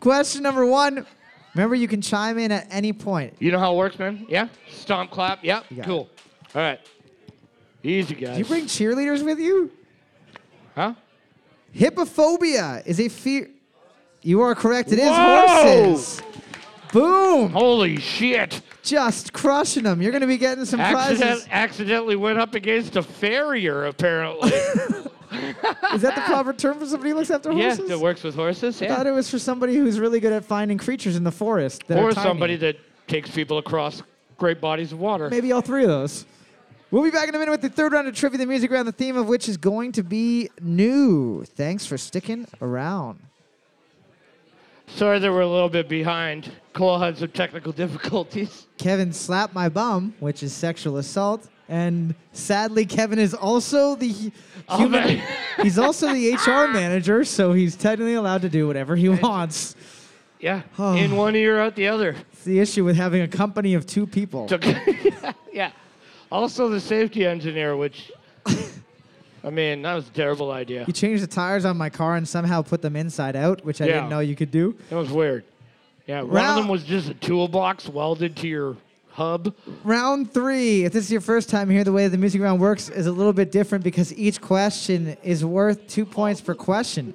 C: Question number one. Remember, you can chime in at any point.
B: You know how it works, man? Yeah? Stomp, clap. Yeah?
C: You got
B: Cool. All right. Easy,
C: Do
B: guys.
C: you bring cheerleaders with you?
B: Huh?
C: Hippophobia is a fear. You are correct. It is
B: Whoa!
C: horses. Boom!
B: Holy shit.
C: Just crushing them. You're going to be getting some
B: Accident-
C: prizes.
B: accidentally went up against a farrier, apparently.
C: Is that the proper term for somebody who looks after
B: yeah,
C: horses?
B: that works with horses.
C: I thought
B: Yeah.
C: it was for somebody who's really good at finding creatures in the forest. That are
B: Or
C: tiny.
B: somebody that takes people across great bodies of water.
C: Maybe all three of those. We'll be back in a minute with the third round of Trivia the Music Round, the theme of which is going to be new. Thanks for sticking around.
B: Sorry that we're a little bit behind. Cole had some technical difficulties.
C: Kevin slapped my bum, which is sexual assault. And sadly, Kevin is also the hu-
B: Oh,
C: human.
B: man.
C: he's also the HR manager, so he's technically allowed to do whatever he wants.
B: Yeah,
C: Oh.
B: in one ear, out the other.
C: It's the issue with having a company of two people.
B: Took- yeah. Also, the safety engineer, which, I mean, that was a terrible idea.
C: You changed the tires on my car and somehow put them inside out, which I
B: Yeah.
C: didn't know you could do.
B: That was weird. Yeah, one
C: Well-
B: of them was just a toolbox welded to your hub.
C: Round three. If this is your first time here, the way the music round works is a little bit different because each question is worth two points per question.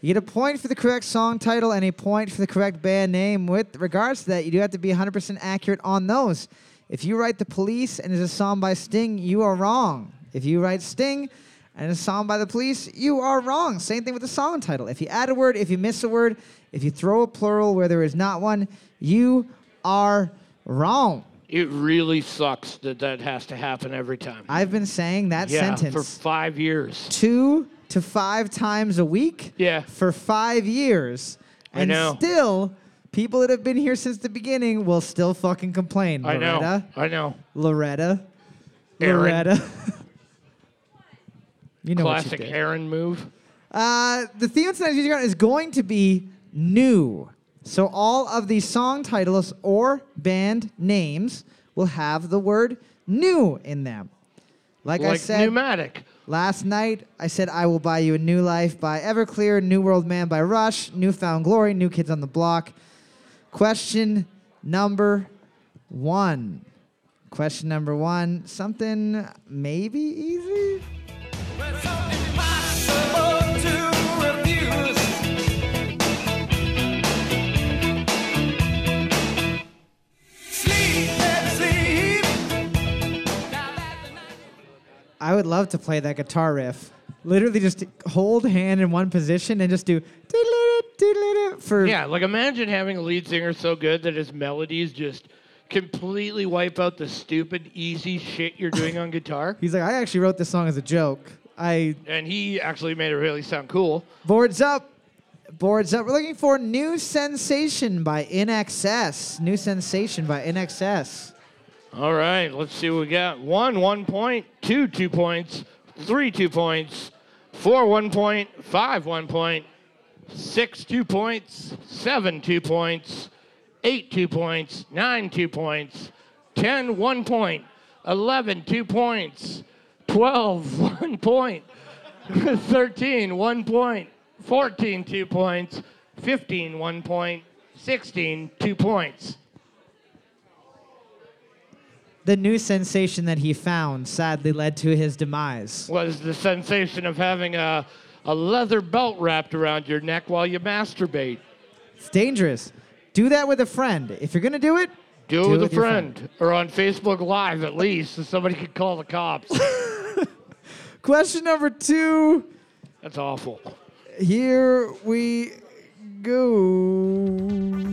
C: You get a point for the correct song title and a point for the correct band name. With regards to that, you do have to be 100% accurate on those. If you write The Police and it's a song by Sting, you are wrong. If you write Sting and it's a song by The Police, you are wrong. Same thing with the song title. If you add a word, if you miss a word, if you throw a plural where there is not one, you are wrong.
B: It really sucks that that has to happen every time.
C: I've been saying that
B: yeah, for
C: sentence
B: five years.
C: two to five times a week
B: Yeah.
C: for five years.
B: I
C: And
B: know.
C: still, People that have been here since the beginning will still fucking complain.
B: I know.
C: Loretta.
B: I know.
C: Loretta.
B: Aaron.
C: Loretta. you know what she
B: Classic
C: did.
B: Aaron move.
C: Uh, the theme of tonight's music round is going to be new. So all of the song titles or band names will have the word new in them. Like, I
B: Like
C: said
B: pneumatic.
C: last night, I said I will buy you a new life by Everclear, New World Man by Rush, New Found Glory, New Kids on the Block. Question number one. Question number one. Something maybe easy.
D: It's impossible to refuse. Sleep, sleep. Now that the night.
C: I would love to play that guitar riff. Literally just hold hand in one position and just do doodle-doodle, doodle-doodle for
B: Yeah, like imagine having a lead singer so good that his melodies just completely wipe out the stupid, easy shit you're doing on guitar.
C: He's like, I actually wrote this song as a joke. I
B: And he actually made it really sound cool.
C: boards up. Boards up. We're looking for New Sensation by NXS. New Sensation by NXS.
B: All right, let's see what we got. One, one point, two, two points, three, two points, four, one point, five, one point, six, two points, seven, two points, eight, two points, nine, two points, ten, one point, eleven, two points, twelve, one point, thirteen, one point, fourteen, two points, fifteen, one point, sixteen, two points.
C: The new sensation that he found sadly led to his demise.
B: was the sensation of having a, a leather belt wrapped around your neck while you masturbate.
C: It's dangerous. Do that with a friend. If you're going to do it,
B: Do it with a
C: your
B: friend, or on Facebook Live at least, so somebody could call the cops.
C: Question number two.
B: That's awful.
C: Here we go.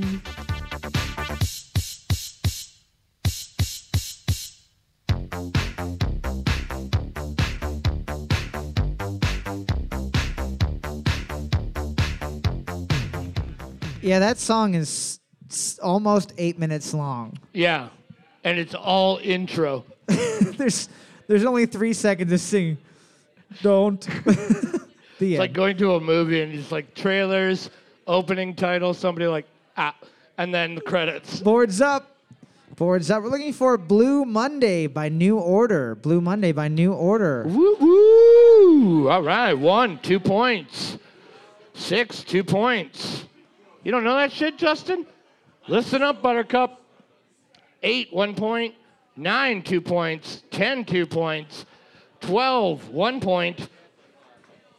C: Yeah, that song is s- almost eight minutes long.
B: Yeah, and it's all intro.
C: there's there's only three seconds of singing. Don't. the
B: It's like
C: end.
B: going to a movie and it's like trailers, opening title, somebody like ah, and then the credits.
C: Boards up. Boards up. We're looking for Blue Monday by New Order. Blue Monday by New Order.
B: Woo woo! All right, one, two points. Six, two points. You don't know that shit, Justin? Listen up, Buttercup. Eight, one point. Nine, two points. Ten, two points. Twelve, one point.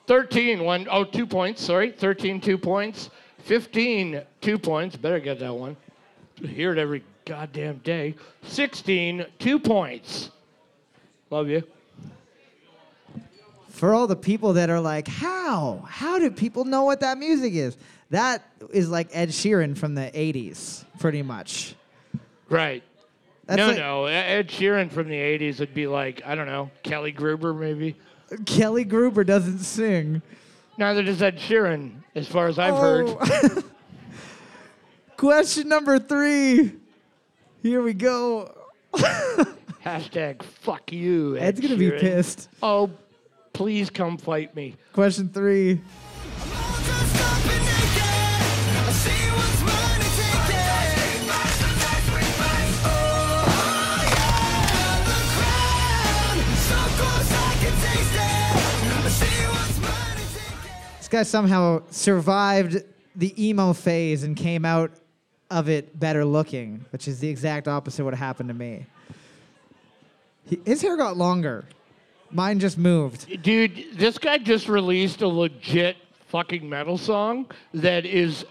B: Thirteen, one, oh, two points, sorry. Thirteen, two points. Fifteen, two points. Better get that one. Hear it every goddamn day. Sixteen, two points. Love you.
C: For all the people that are like, how? How do people know what that music is? That is like Ed Sheeran from the 80s, pretty much.
B: Right.
C: That's
B: no,
C: like
B: no. E- Ed Sheeran from the 80s would be like, I don't know, Kelly Gruber maybe.
C: Kelly Gruber doesn't sing.
B: Neither does Ed Sheeran, as far as I've heard.
C: Oh. Question number three. Here we go.
B: Hashtag fuck you. Ed
C: Ed's going to be
B: Sheeran.
C: pissed.
B: Oh, please come fight me.
C: Question three.
D: Moses stopping naked. I see what's mine and take it. Oh, yeah. The crown, so close I can taste it. I see what's mine and take it.
C: This guy somehow survived the emo phase and came out of it better looking, which is the exact opposite of what happened to me. He, his hair got longer. Mine just moved.
B: Dude, this guy just released a legit fucking metal song that is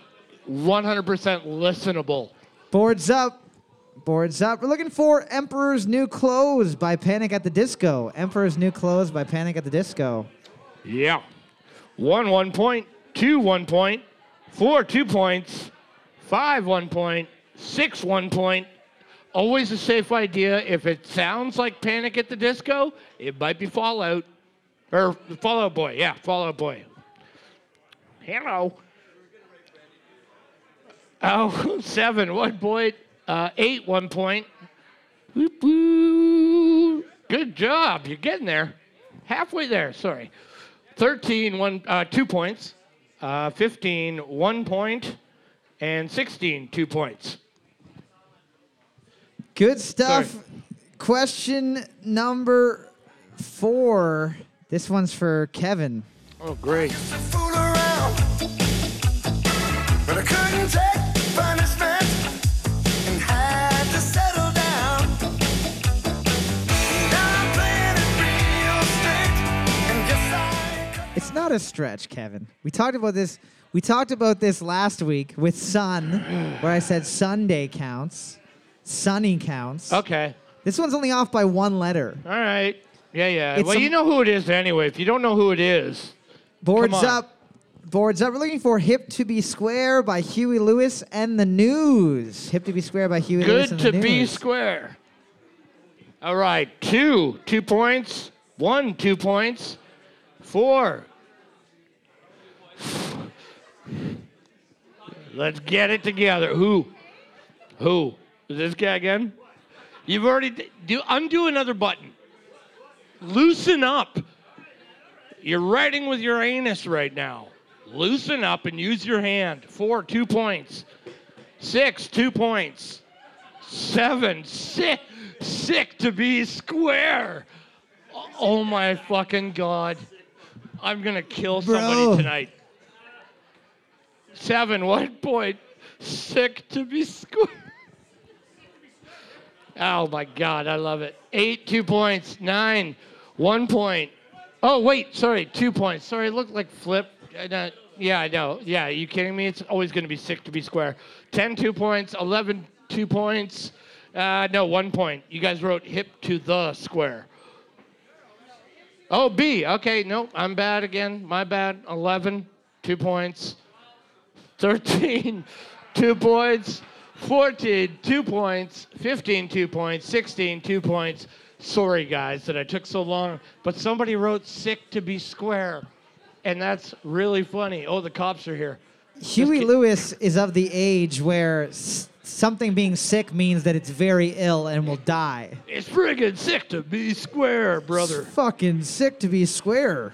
B: 100% listenable.
C: Boards up. Boards up. We're looking for Emperor's New Clothes by Panic at the Disco. Emperor's New Clothes by Panic at the Disco.
B: Yeah. One one point, two one point, four two points, five one point, six one point. Always a safe idea. If it sounds like Panic at the Disco, it might be Fallout. Or Fallout Boy, yeah, Fallout Boy. Hello. Oh, seven, one point. Uh, eight, one point. Whoop, whoop. Good job. You're getting there. Halfway there, sorry. 13, one, uh, two points. Uh, 15, one point. And 16, two points.
C: Good stuff. Question number four. This one's for Kevin.
B: Oh, great.
D: to fool around. But I couldn't take punishment and had to settle down. And I'm playing it real strict, and yes, I.
C: It's not a stretch, Kevin. We talked about this. We talked about this last week with Sun, where I said Sunday counts, Sunny counts.
B: Okay.
C: This one's only off by one letter.
B: All right. Yeah, yeah.
C: It's
B: well,
C: a-
B: you know who it is anyway. If you don't know who it is,
C: Boards
B: Come on.
C: up. Boards up. We're looking for Hip to Be Square by Huey Lewis and the News. Hip to Be Square by Huey Lewis
B: good
C: and
B: to
C: the
B: be
C: News.
B: square. All right. Two, two points. One, two points. Four. Let's get it together. Who? Who? Is this guy again? You've already d- do undo another button. Loosen up. You're writing with your anus right now. Loosen up and use your hand. Four, two points. Six, two points. Seven, sick, sick to be square. O- Oh my fucking god. I'm gonna kill somebody
C: Bro.
B: tonight. Seven, one point. Sick to be square. Oh my God, I love it. Eight, two points. Nine, one point. Oh wait, sorry, two points. Sorry, it looked like flip. I know- Yeah, I know. Yeah, you kidding me? It's always going to be sick to be square. Ten, two points. Eleven, two points. Uh, no, one point. You guys wrote hip to the square. Oh, B. Okay, nope, I'm bad again. My bad. Eleven, two points. 13, two points. 14, two points. 15, two points. 16, two points. Sorry, guys, that I took so long, but somebody wrote sick to be square, and that's really funny. Oh, the cops are here.
C: Huey
B: ki-
C: Lewis is of the age where s- something being sick means that it's very ill and will die.
B: It's friggin' sick to be square, brother.
C: It's fucking sick to be square.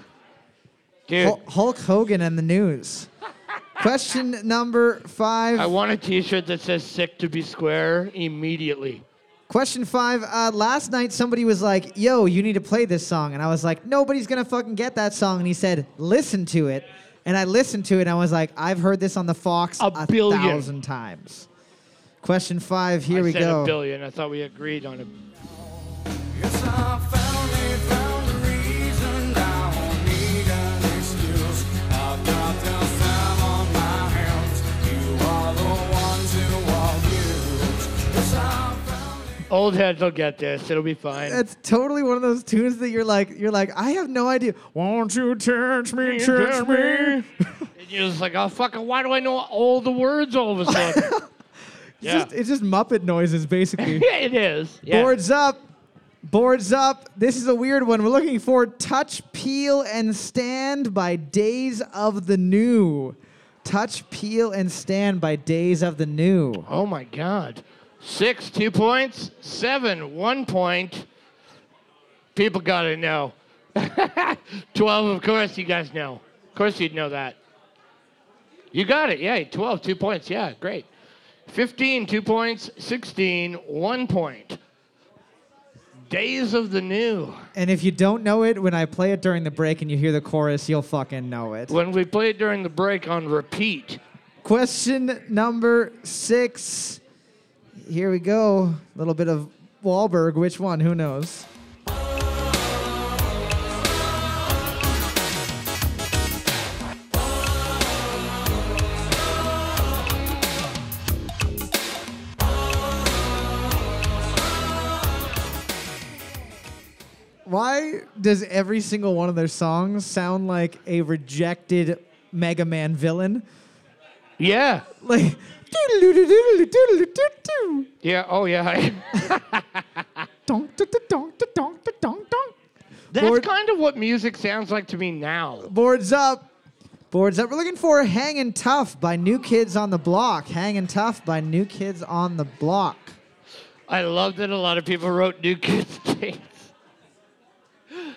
B: Dude,
C: Hul- Hulk Hogan and the News. Question number five.
B: I want a t shirt that says sick to be square immediately.
C: Question five. Uh, last night, somebody was like, "Yo, you need to play this song," and I was like, "Nobody's gonna fucking get that song." And he said, "Listen to it," and I listened to it, and I was like, "I've heard this on the Fox
B: A billion.
C: thousand times." Question five. Here
B: I
C: we
B: said
C: go.
B: a billion. I thought we agreed on it.
D: Yes, I finally found the reason I won't need an excuse. I've got the time on my hands. You are the ones who are used. Yes, I found it.
B: Old heads will get this. It'll be fine.
C: That's totally one of those tunes that you're like, you're like, I have no idea. Won't you touch me, touch me?
B: and you're just like, oh fucking, why do I know all the words all of a sudden? yeah.
C: It's, just, it's just Muppet noises, basically.
B: yeah, it is. Yeah.
C: Boards up. Boards up. This is a weird one. We're looking for Touch, Peel, and Stand by Days of the New. Touch, Peel, and Stand by Days of the New.
B: Oh my god. Six, two points. Seven, one point. People gotta know. Twelve, of course you guys know. Of course you'd know that. You got it. Yeah, 12, two points. Yeah, great. 15, two points. 16, one point. Days of the New.
C: And if you don't know it, when I play it during the break and you hear the chorus, you'll fucking know it.
B: When we played during the break on repeat,
C: Question number six. Here we go. A little bit of Wahlberg. Which one? Who knows? Why does every single one of their songs sound like a rejected Mega Man villain?
B: Yeah.
C: Like, doodle-doo-doo-doo-doo, doodle-doo-doo-doo.
B: Yeah. Oh, yeah.
C: Donk, da, da, donk, da, donk, da, donk, donk.
B: That's
C: Board-
B: kind of what music sounds like to me now.
C: Boards up. Boards up. We're looking for Hangin' Tough by New Kids on the Block. Hangin' Tough by New Kids on the Block.
B: I love that a lot of people wrote New Kids States.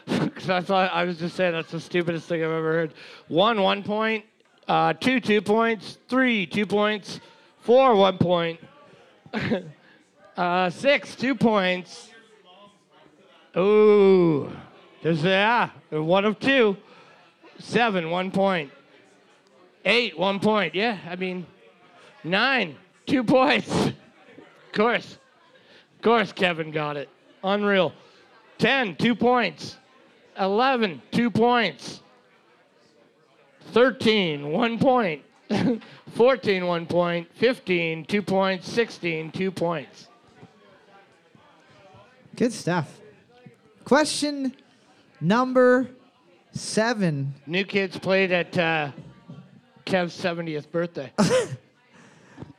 B: Because I thought, I was just saying, that's the stupidest thing I've ever heard. One, one point. Uh, two, two points. Three, two points. Four, one point. uh, six, two points. Ooh. There's, yeah, one of two. Seven, one point. Eight, one point. Yeah, I mean, nine, two points. Of course. Of course, Kevin got it. Unreal. 10, two points. 11, two points. 13, one point. 14, one point. 15, two points. 16, two points.
C: Good stuff. Question number seven.
B: New Kids played at uh, Kev's 70th birthday.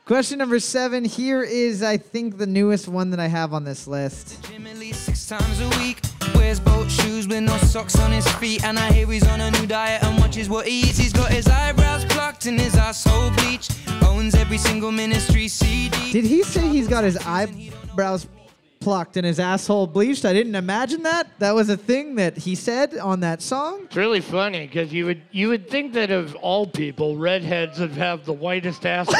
C: Question number seven. Here is, I think, the newest one that I have on this list.
E: Gym at least six times a week. Wears boat shoes with no socks on his feet. And I hear he's on a new diet and watches what he eats. He's got his eyebrows plucked and his asshole bleached. Owns every single ministry CD.
C: Did he say he's got his eyebrows plucked and his asshole bleached? I didn't imagine that. That was a thing that he said on that song.
B: It's really funny because you would you would think that of all people, redheads would have the whitest asshole.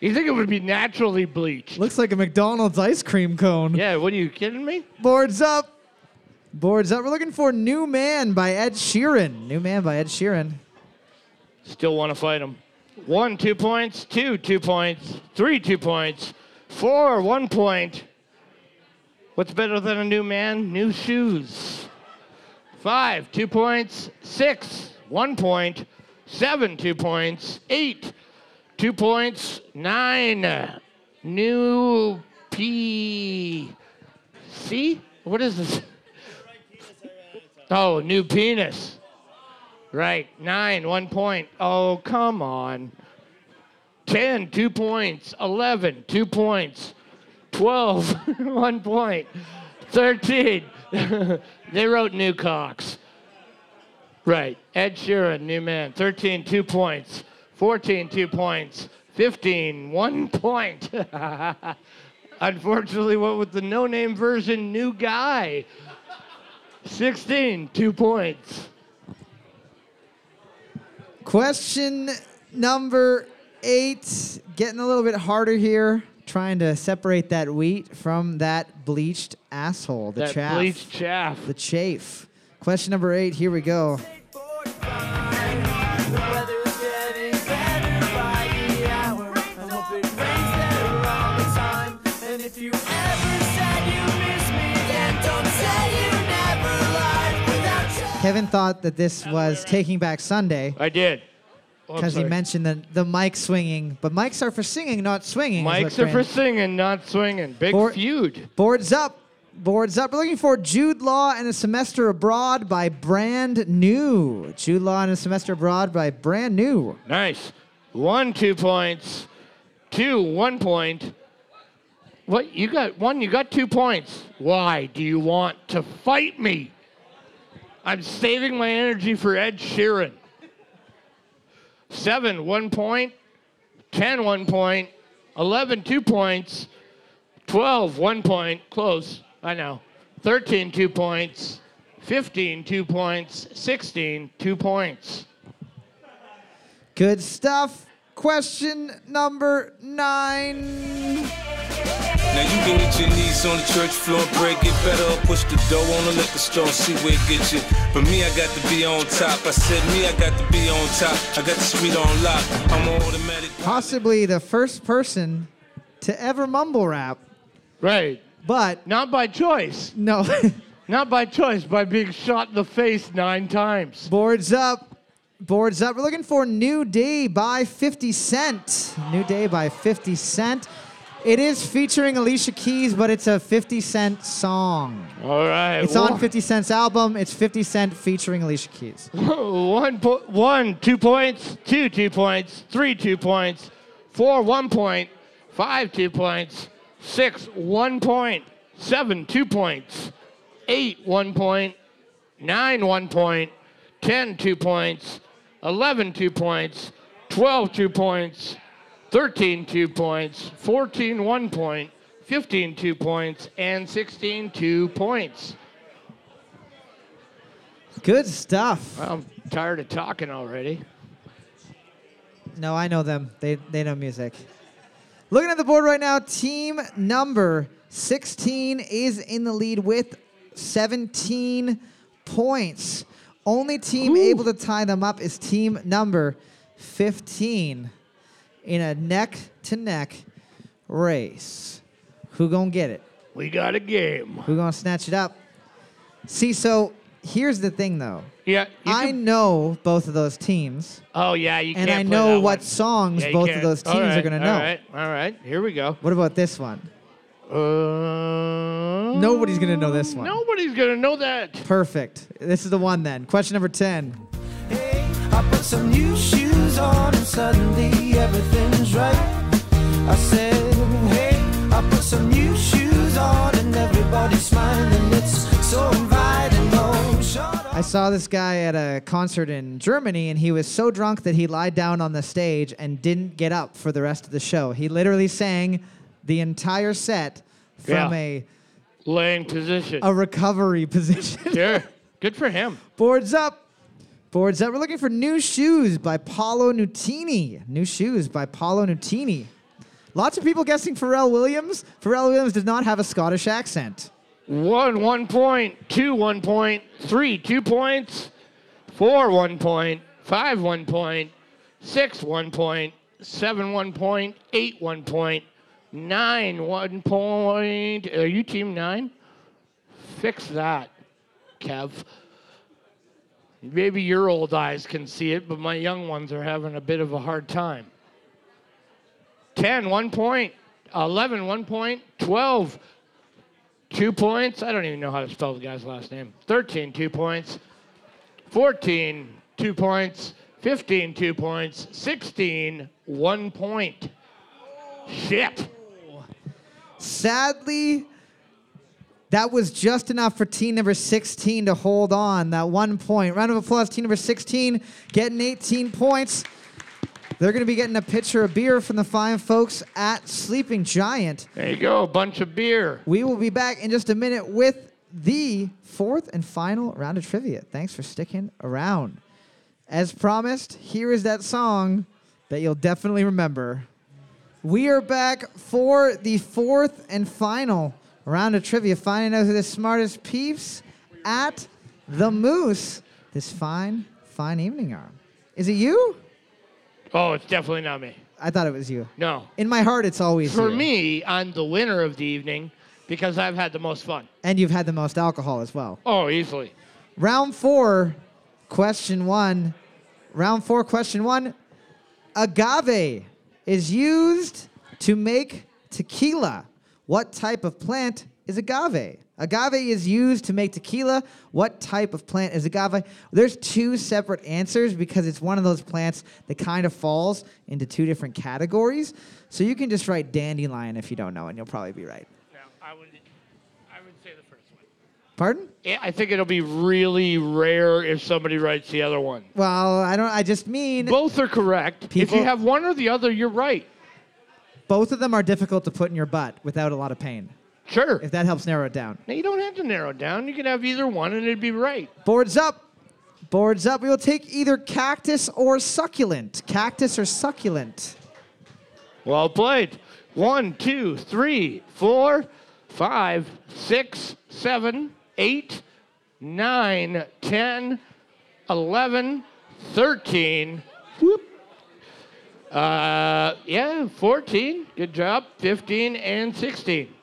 B: you think it would be naturally bleached?
C: Looks like a McDonald's ice cream cone.
B: Yeah, what are you kidding me?
C: Boards up. Boards up. We're looking for New Man by Ed Sheeran. New Man by Ed Sheeran.
B: Still want to fight him. One, two points. Two, two points. Three, two points. Four, one point. What's better than a new man? New shoes. Five, two points. Six, one point. Seven, two points. Eight, two points. Nine, new P. C? What is this? Oh, new penis. Right. Nine, one point. Oh, come on. Ten, two points. Eleven, two points. Twelve, one point. Thirteen. they wrote new cocks. Right. Ed Sheeran, new man. Thirteen, two points. Fourteen, two points. Fifteen, one point. Unfortunately, went with the no name version, new guy. Sixteen, two points.
C: Question number eight. Getting a little bit harder here. Trying to separate that wheat from that bleached asshole. The
B: that
C: chaff.
B: bleached chaff.
C: The chafe. Question number eight. Here we go. Kevin thought that this was Taking Back Sunday
B: I did. Oh, I'm
C: because he
B: sorry.
C: mentioned the, the mic swinging, but mics are for singing, not swinging. is what
B: mics are for
C: Brandon-
B: singing, not swinging. Big
C: Or-
B: feud.
C: Boards up. Boards up. We're looking for Jude Law and a Semester Abroad by Brand New. Jude Law and a Semester Abroad by Brand New.
B: Nice. One, two points. Two, one point. What you got? One, you got two points. Why do you want to fight me? I'm saving my energy for Ed Sheeran. Seven, one point. Ten, one point. Eleven, two points. Twelve, one point. Close. I know. Thirteen, two points. Fifteen, two points. Sixteen, two points.
C: Good stuff. Question number nine.
F: Now you can hit your knees on the church floor, break it better, or push the door on the liquor store, see where it gets you. But me, I got to be on top. I said, me, I got to be on top. I got the street on lock. I'm on automatic.
C: Possibly the first person to ever mumble rap,
B: Right.
C: but
B: Not by choice.
C: no.
B: Not by choice, by being shot in the face nine times.
C: Boards up. Boards up. We're looking for New Day by 50 Cent. New Day by 50 Cent. It is featuring Alicia Keys, but it's a 50 Cent song.
B: All right.
C: It's on 50 Cent's album. It's 50 Cent featuring Alicia Keys.
B: One, po- one, two points, two, two points, three, two points, four, one point, five, two points, six, one point, seven, two points, eight, one point, nine, one point, 10 two points, 11 two points, 12 two points, 13 two points, 14 one point, 15 two points, and 16 two points.
C: Good stuff.
B: I'm tired of talking already.
C: No, I know them. They they know music. Looking at the board right now, team number 16 is in the lead with 17 points. Only team able to tie them up is team number 15 in a neck to neck race. Who going to get it?
B: We got a game.
C: Who going to snatch it up? See, so here's the thing though.
B: Yeah. you
C: I
B: can-
C: know both of those teams.
B: oh yeah, you
C: and
B: can't.
C: I
B: play
C: know
B: that
C: what
B: one.
C: songs
B: Yeah, you
C: both of
B: can't.
C: those teams
B: All
C: are
B: right,
C: going to
B: All
C: know.
B: right. All right. Here we go.
C: What about this one?
B: Uh,
C: Nobody's gonna know this one.
B: Nobody's gonna know that.
C: Perfect. This is the one then. Question number 10.
E: Hey, I put some new shoes on and suddenly everything's right. I said, hey, I put some new shoes on and everybody's smiling. It's so inviting. Oh, shut up.
C: I saw this guy at a concert in Germany and he was so drunk that he lied down on the stage and didn't get up for the rest of the show. He literally sang the entire set from
B: Yeah.
C: a,
B: Laying position.
C: a recovery position.
B: Sure. Good for him.
C: Boards up. Boards up. We're looking for new shoes by Paolo Nutini. New shoes by Paolo Nutini. Lots of people guessing Pharrell Williams. Pharrell Williams does not have a Scottish accent.
B: One one point, two one point, three two points, four one point, five one point, six one point, seven one point, eight one point, nine one point. Are you team nine? Fix that, Kev. Maybe your old eyes can see it, but my young ones are having a bit of a hard time. 10, one point, 11, one point, 12, two points. I don't even know how to spell the guy's last name. 13, two points. 14, two points. 15, two points. 16, one point. Shit.
C: Sadly, that was just enough for team number 16 to hold on that one point. Round of applause, team number 16 getting 18 points. They're going to be getting a pitcher of beer from the fine folks at Sleeping Giant.
B: There you go, a bunch of beer.
C: We will be back in just a minute with the fourth and final round of trivia. Thanks for sticking around. As promised, here is that song that you'll definitely remember. We are back for the fourth and final round of trivia, finding out who the smartest peeps at the Moose this fine, fine evening are. Is it you?
B: Oh, it's definitely not me.
C: I thought it was you.
B: No.
C: In my heart, it's always
B: For
C: you.
B: me, I'm the winner of the evening because I've had the most fun.
C: And you've had the most alcohol as well.
B: Oh, easily.
C: Round four, question one. Round four, question one. Agave is used to make tequila. What type of plant is agave? Agave is used to make tequila. What type of plant is agave? There's two separate answers because it's one of those plants that kind of falls into two different categories. So you can just write dandelion if you don't know, and you'll probably be right.
B: Yeah, I would, I would say the first one.
C: Pardon?
B: I think it'll be really rare if somebody writes the other one.
C: Well, I don't. I just mean
B: Both are correct. if
C: People-
B: you have one or the other, you're right.
C: Both of them are difficult to put in your butt without a lot of pain,
B: Sure.
C: if that helps narrow it down.
B: Now, you don't have to narrow it down. You can have either one and it'd be right.
C: Boards up. Boards up. We will take either cactus or succulent. Cactus or succulent.
B: Well played. One, two, three, four, five, six, seven, eight, nine, ten, eleven, thirteen. Whoop. Uh, yeah, 14. Good job. 15 and 16.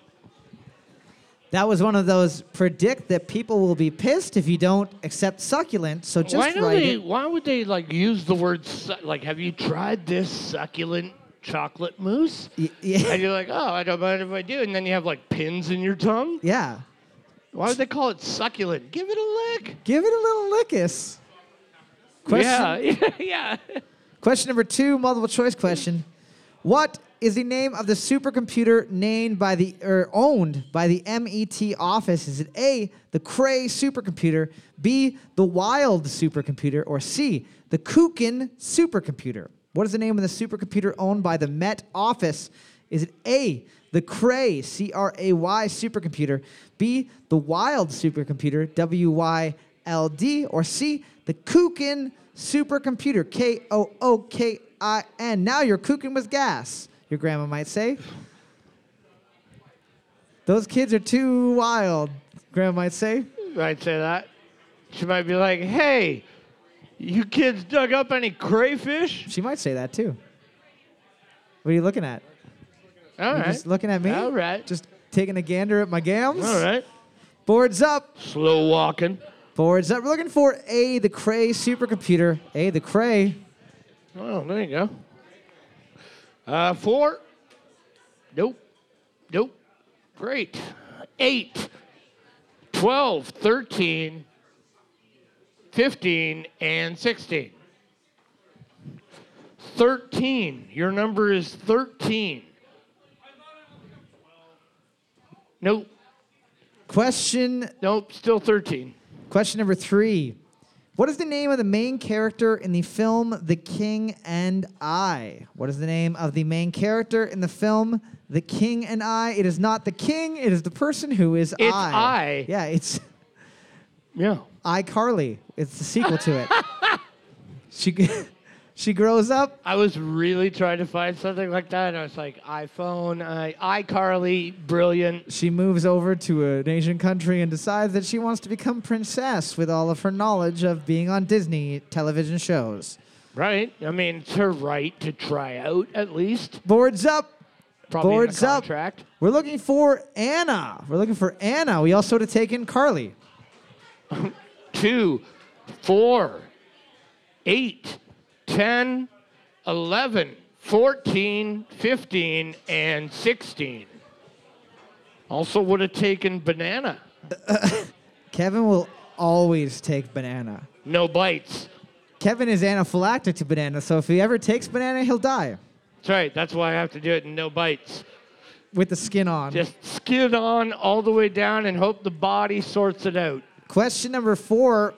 C: That was one of those predict that people will be pissed if you don't accept succulent. So just
B: why do
C: write
B: they?
C: it.
B: Why would they like use the word su- like? Have you tried this succulent chocolate mousse?
C: Y- yeah.
B: And you're like, oh, I don't mind if I do. And then you have like pins in your tongue.
C: Yeah.
B: Why would they call it succulent? Give it a lick.
C: Give it a little lickus. Question,
B: Yeah, yeah.
C: question number two, multiple choice question. What is the name of the supercomputer named by the or owned by the MET office? Is it A, the Cray supercomputer, B, the Wild supercomputer, or C, the Kukin supercomputer? What is the name of the supercomputer owned by the Met office? Is it A, the Cray, C R A Y supercomputer, B, the Wild supercomputer, W Y L D, or C, the Kukin supercomputer, K O O K I N. Now you're cooking with gas, your grandma might say. Those kids are too wild, grandma might say.
B: I'd say that. She might be like, hey, you kids dug up any crayfish?
C: She might say that too. What are you looking at?
B: All
C: You're
B: right.
C: Just looking at me?
B: All right.
C: Just taking a gander at my gams?
B: All right.
C: Boards up.
B: Slow walking.
C: Boards up. We're looking for A, the Cray supercomputer. A, the Cray.
B: Oh, there you go. Uh, four. Nope. Nope. Great. Eight. 12, 13, 15, and 16. 13. Your number is 13. Nope.
C: Question
B: Nope. Still 13.
C: Question number three. What is the name of the main character in the film The King and I? What is the name of the main character in the film The King and I? It is not the king, it is the person who is
B: It's
C: I.
B: I.
C: Yeah, it's
B: Yeah.
C: I Carly. It's the sequel to it. she g- she grows up.
B: I was really trying to find something like that, and I was like, iPhone, I, iCarly, brilliant.
C: She moves over to an Asian country and decides that she wants to become princess with all of her knowledge of being on Disney television shows.
B: Right? I mean, it's her right to try out at least.
C: Boards up.
B: Probably
C: Boards
B: in a
C: up.
B: contract.
C: We're looking for Anna. We're looking for Anna. We also to take in Carly.
B: Two, four, eight, 10, 11, 14, 15, and 16. Also would have taken banana.
C: Kevin will always take banana.
B: No bites.
C: Kevin is anaphylactic to banana, so if he ever takes banana, he'll die
B: That's right. That's why I have to do it in no bites.
C: with the skin on.
B: Just skid on all the way down and hope the body sorts it out.
C: Question number four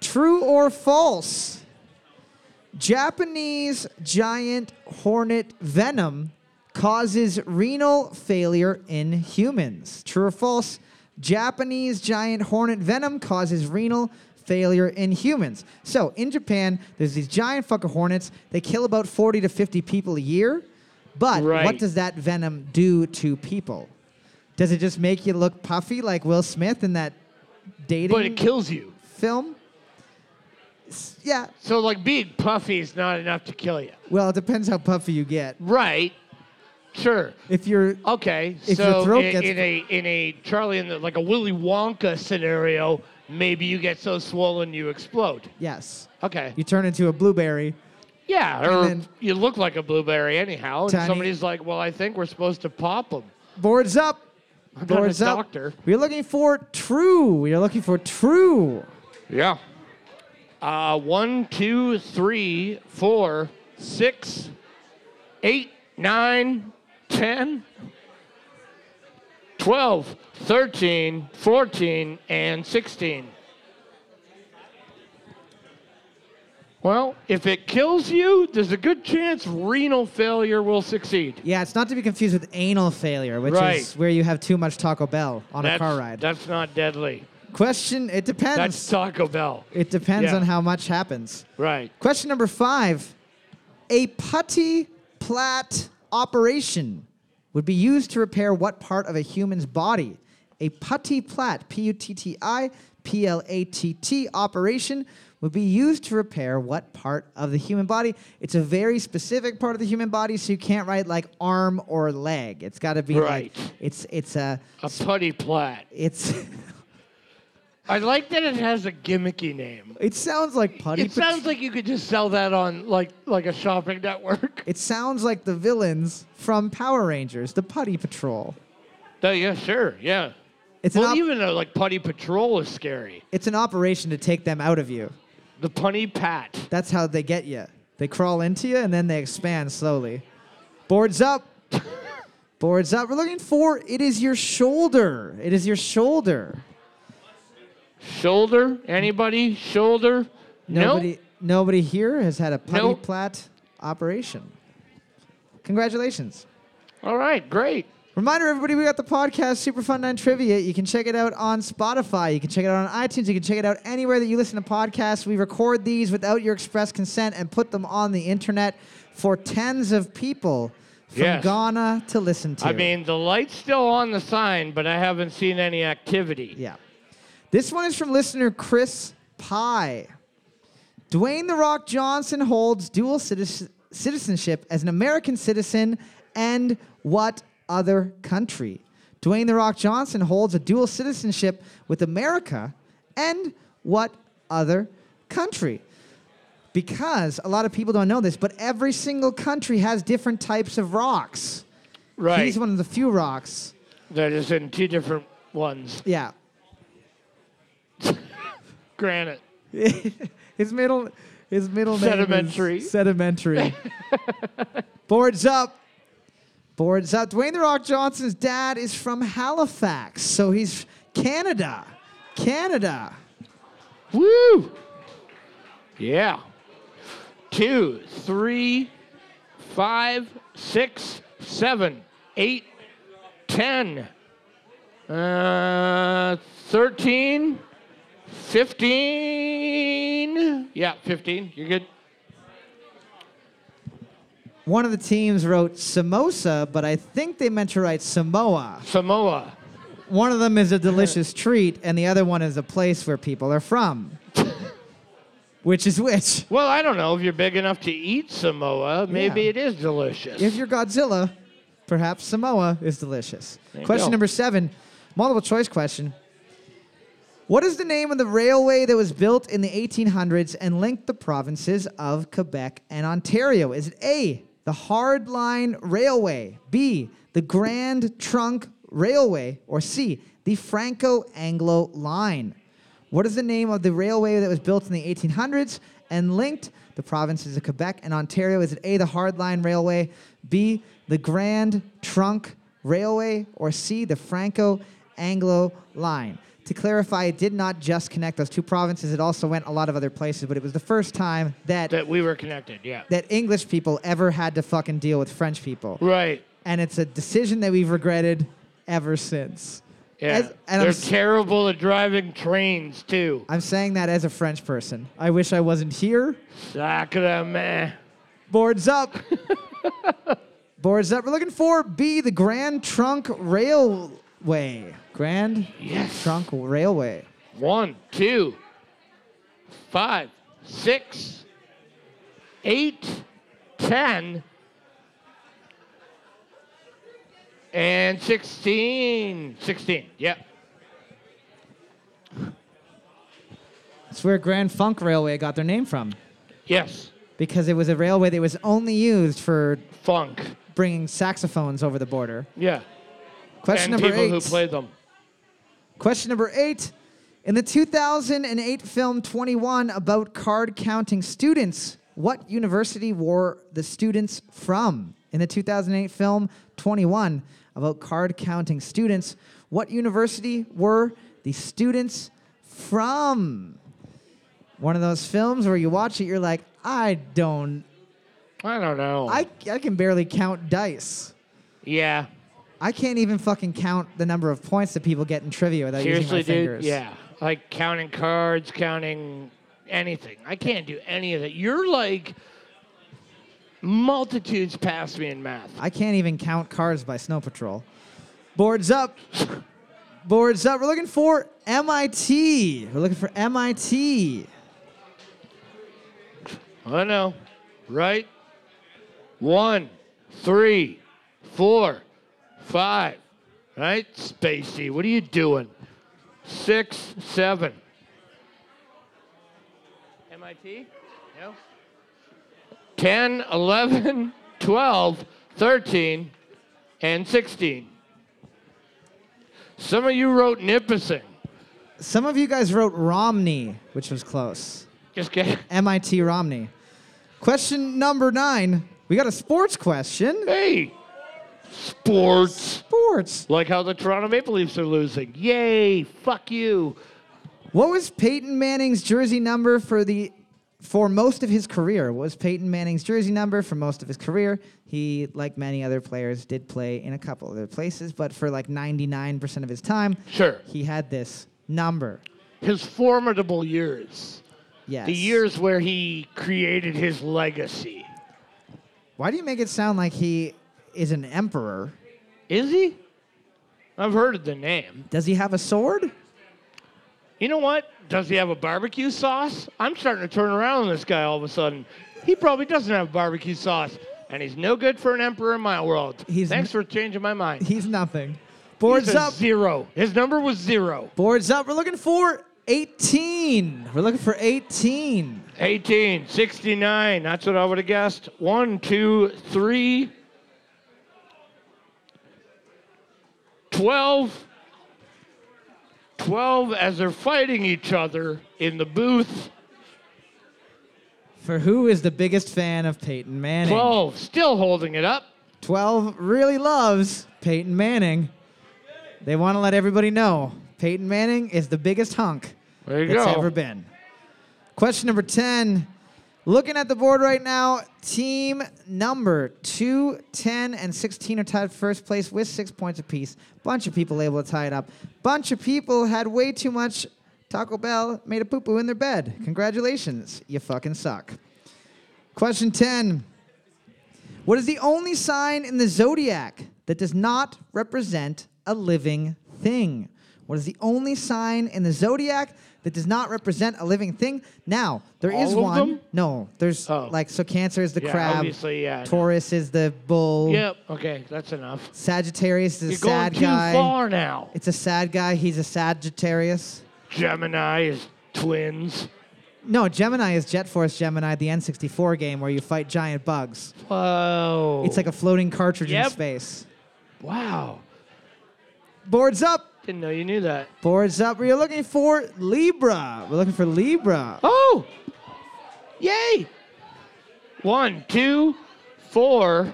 C: True or false? Japanese giant hornet venom causes renal failure in humans. True or false? Japanese giant hornet venom causes renal failure in humans. So in Japan, there's these giant fucking hornets. They kill about 40 to 50 people a year. But what
B: Right.
C: does that venom do to people? Does it just make you look puffy like Will Smith in that dating
B: But it kills you.
C: film? S- Yeah.
B: So, like, being puffy is not enough to kill you.
C: Well, it depends how puffy you get.
B: Right. Sure.
C: If you're
B: Okay.
C: If
B: so
C: your throat
B: in,
C: gets-
B: in a in a Charlie in the, like a Willy Wonka scenario, maybe you get so swollen you explode.
C: yes,
B: Okay.
C: you turn into a blueberry.
B: yeah. Or
C: then-
B: you look like a blueberry anyhow, and
C: Tiny-
B: somebody's like, "Well, I think we're supposed to pop them."
C: Boards up.
B: not a
C: Boards up.
B: doctor.
C: We're looking for true. We are looking for true.
B: Yeah. Uh, one, two, three, four, six, eight, nine, ten, twelve, thirteen, fourteen, and sixteen. Well, if it kills you, there's a good chance renal failure will succeed.
C: Yeah, it's not to be confused with anal failure, which
B: Right.
C: is where you have too much Taco Bell on a
B: That's,
C: car ride.
B: that's not deadly.
C: Question. It depends.
B: That's Taco Bell.
C: it depends
B: yeah.
C: on how much happens.
B: Right.
C: Question number five. A putty plat operation would be used to repair what part of a human's body? A putty plat, P U T T I P L A T T operation would be used to repair what part of the human body? It's a very specific part of the human body, so you can't write like arm or leg. It's got to be
B: Right.
C: like it's it's a
B: A putty plat.
C: it's
B: I like that it has a gimmicky name.
C: it sounds like putty.
B: It sounds like you could just sell that on like like a shopping network.
C: it sounds like the villains from Power Rangers, the Putty Patrol.
B: Oh, yeah, sure, yeah.
C: It's an
B: well,
C: op-
B: even though like Putty Patrol is scary,
C: It's an operation to take them out of you.
B: the Punny Pat.
C: That's how they get you. They crawl into you and then they expand slowly. Boards up. Boards up. We're looking for it is your shoulder. It is your shoulder.
B: Shoulder? Anybody? Shoulder?
C: Nobody
B: Nope.
C: nobody here has had a putty
B: Nope.
C: plat operation. Congratulations.
B: All right, great.
C: Reminder, everybody, we got the podcast Super Fun 9 Trivia. You can check it out on Spotify. You can check it out on iTunes. You can check it out anywhere that you listen to podcasts. We record these without your express consent and put them on the internet for tens of people from
B: Yes.
C: Ghana to listen to.
B: I mean, the light's still on the sign, but I haven't seen any activity.
C: yeah. This one is from listener Chris Pye. Dwayne The Rock Johnson holds dual citi- citizenship as an American citizen and what other country? Dwayne The Rock Johnson holds a dual citizenship with America and what other country? Because a lot of people don't know this, but every single country has different types of rocks.
B: Right.
C: He's one of the few rocks.
B: That is in two different ones.
C: Yeah.
B: Granite.
C: His middle his middle name is
B: Sedimentary.
C: sedimentary. Boards up. Boards up. Dwayne the Rock Johnson's dad is from Halifax, so he's Canada. Canada.
B: Woo! Yeah. Two, three, five, six, seven, eight, ten, uh, thirteen, fifteen. Yeah, fifteen. You're good.
C: One of the teams wrote samosa, but I think they meant to write Samoa.
B: Samoa.
C: One of them is a delicious treat, and the other one is a place where people are from. which is which?
B: Well, I don't know if you're big enough to eat Samoa. Maybe
C: Yeah.
B: it is delicious.
C: If you're Godzilla, perhaps Samoa is delicious.
B: you
C: Question
B: go.
C: number seven, multiple choice question. What is the name of the railway that was built in the 1800s and linked the provinces of Quebec and Ontario? Is it A, the Hard Line Railway, B, the Grand Trunk Railway, or C, the Franco Anglo Line? What is the name of the railway that was built in the 1800s and linked the provinces of Quebec and Ontario? Is it A, the Hard Line Railway, B, the Grand Trunk Railway, or C, the Franco Anglo Line? To clarify, it did not just connect those two provinces, it also went a lot of other places, but it was the first time that, that,
B: that we were connected, yeah.
C: English people ever had to fucking deal with French people.
B: right.
C: And it's a decision that we've regretted ever since.
B: Yeah.
C: As- and I'm
B: They're
C: s-
B: terrible at driving trains, too.
C: I'm saying that as a French person. I wish I wasn't here.
B: Sacrament.
C: Boards up. Boards up. We're looking for B, the Grand Trunk Railway. Grand
B: Yes.
C: Trunk Railway.
B: One, two, five, six, eight, ten, and sixteen. Sixteen. Yeah.
C: It's where Grand Funk Railway got their name from
B: Yes.
C: because it was a railway that was only used for
B: Funk.
C: bringing saxophones over the border.
B: Yeah.
C: Question
B: and
C: number
B: people
C: eight.
B: who play them.
C: Question number eight. In the 2008 film 21 about card counting students, what university were the students from? In the 2008 film 21 about card counting students, what university were the students from? One of those films where you watch it, you're like, I don't,
B: I don't know.
C: I, I can barely count dice.
B: yeah.
C: I can't even fucking count the number of points that people get in trivia without using
B: Seriously,
C: my
B: dude.
C: fingers.
B: Yeah. Like counting cards, counting anything. I can't do any of that. You're like multitudes past me in math.
C: I can't even count cars by Snow Patrol. Boards up. Boards up. We're looking for MIT. We're looking for MIT.
B: I know, right? One, three, four, five. Right, Spacey, what are you doing? Six, seven. MIT? No. 10, 11, 12, 13, and 16. Some of you wrote Nipissing.
C: Some of you guys wrote Romney, which was close.
B: Just kidding.
C: MIT Romney. Question number nine. We got a sports question.
B: Hey, sports.
C: Sports.
B: Like how the Toronto Maple Leafs are losing. Yay, fuck you.
C: What was Peyton Manning's jersey number for the for most of his career? What was Peyton Manning's jersey number for most of his career? He, like many other players, did play in a couple other places, but for like 99% of his time,
B: Sure.
C: he had this number.
B: His formidable years.
C: Yes.
B: The years where he created his legacy.
C: Why do you make it sound like he is an emperor?
B: Is he? I've heard of the name.
C: Does he have a sword?
B: You know what? Does he have a barbecue sauce? I'm starting to turn around on this guy all of a sudden. He probably doesn't have barbecue sauce, and he's no good for an emperor in my world.
C: He's
B: Thanks
C: n-
B: for changing my mind.
C: He's nothing.
B: He's
C: Boards
B: a
C: up.
B: Zero. His number was zero.
C: Boards up. We're looking for 18. We're looking for 18.
B: 18, 69. That's what I would have guessed. One, two, three. 12. 12 as they're fighting each other in the booth.
C: For who is the biggest fan of Peyton Manning?
B: 12 still holding it up.
C: 12 really loves Peyton Manning. They want to let everybody know Peyton Manning is the biggest hunk
B: There you
C: that's
B: go.
C: ever been. Question number 10. Looking at the board right now, team number 2, 10, and 16 are tied for first place with six points apiece. Bunch of people able to tie it up. Bunch of people had way too much Taco Bell, made a poo poo in their bed. Congratulations, you fucking suck. Question 10. What is the only sign in the zodiac that does not represent a living thing? What is the only sign in the zodiac that does not represent a living thing? Now, there is
B: All of
C: one.
B: them?
C: No, there's
B: Oh.
C: like so Cancer is the
B: Yeah,
C: crab.
B: obviously, yeah, I know.
C: Taurus is the bull.
B: Yep. Okay, that's enough.
C: Sagittarius is a
B: You're going
C: sad
B: too
C: guy.
B: far now.
C: It's a sad guy. He's a Sagittarius.
B: Gemini is twins.
C: No, Gemini is Jet Force Gemini, the N64 game where you fight giant bugs.
B: Whoa.
C: It's like a floating cartridge in
B: Yep.
C: space.
B: wow.
C: Boards up.
B: Didn't know you knew that.
C: Boards up. We're looking for Libra. We're looking for Libra.
B: Oh! Yay! One, two, four,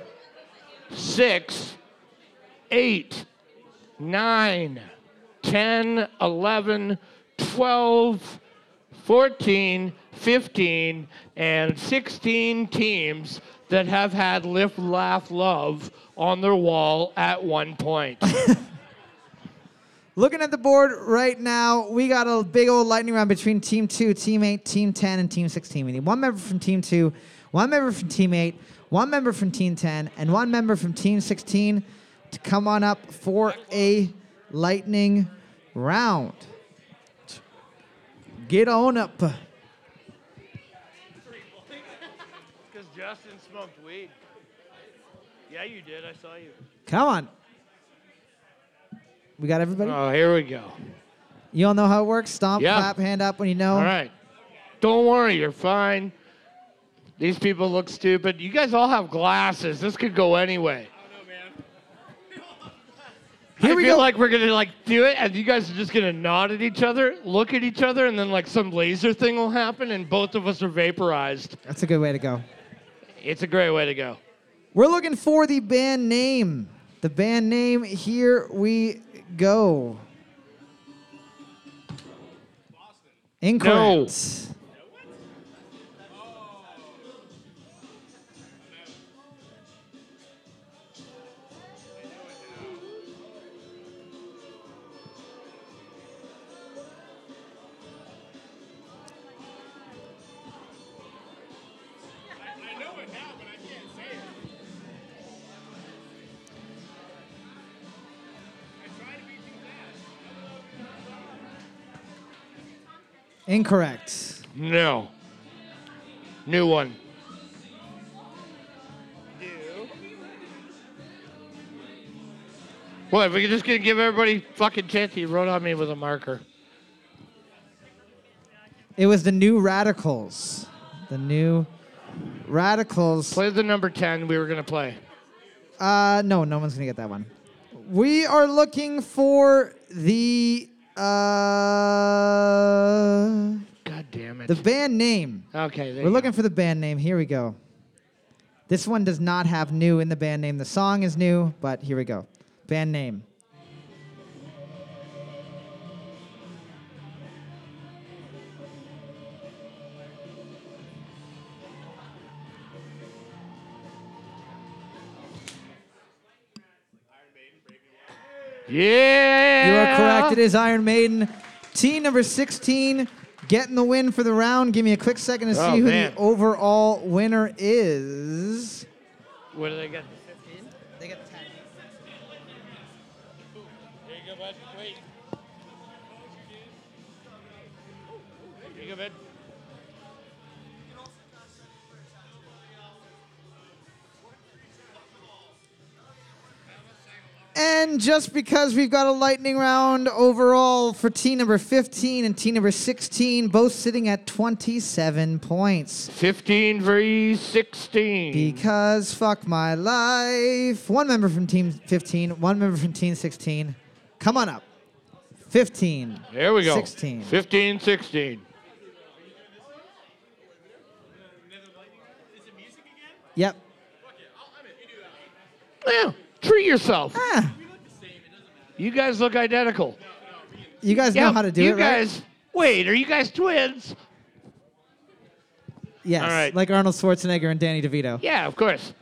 B: six, eight, nine, ten, eleven, twelve, fourteen, fifteen, and 16 teams that have had Lift, Laugh, Love on their wall at one point.
C: Looking at the board right now, we got a big old lightning round between Team 2, Team 8, Team 10, and Team 16. We need one member from Team 2, one member from Team 8, one member from Team 10, and one member from Team 16 to come on up for a lightning round. Get on up.
B: Because Justin smoked weed. Yeah, you did. I saw you.
C: Come on. We got everybody?
B: Oh, here we go.
C: You all know how it works. Stomp,
B: Yeah.
C: clap, hand up when you know.
B: All right. Don't worry, you're fine. These people look stupid. You guys all have glasses. This could go anyway.
C: Here
B: I
C: we
B: feel
C: go.
B: like we're gonna like do it, and you guys are just gonna nod at each other, look at each other, and then like some laser thing will happen, and both of us are vaporized.
C: That's a good way to go.
B: It's a great way to go.
C: We're looking for the band name. The band name, here we go. Incorrect. Incorrect.
B: No. New one. What, we're just gonna give everybody fucking chance? He wrote on me with a marker.
C: It was the New Radicals. The New Radicals.
B: Play the number 10 we were gonna play.
C: Uh, no, no one's gonna get that one. We are looking for the uh,
B: God damn it.
C: the band name.
B: okay, there
C: We're looking for the band name. Here we go. This one does not have new in the band name. The song is new, but here we go. Band name.
B: Yeah.
C: You are correct. It is Iron Maiden. Team number 16 getting the win for the round. Give me a quick second to see
B: Oh,
C: who
B: man.
C: the overall winner is.
B: What did I get?
C: They got 10.
B: There you go, bud. Wait. There you go, bud.
C: And just because we've got a lightning round overall for team number 15 and team number 16, both sitting at 27 points.
B: 15 for 16.
C: Because fuck my life. One member from team 15, one member from team 16. Come on up. 15.
B: there we go.
C: 16.
B: 15, 16.
C: Yep.
B: Yeah, treat yourself.
C: Ah,
B: You guys look identical.
C: you guys know
B: Yep,
C: how to do
B: you
C: it, right?
B: guys, wait, are you guys twins?
C: Yes.
B: All right.
C: Like Arnold Schwarzenegger and Danny DeVito.
B: Yeah, of course.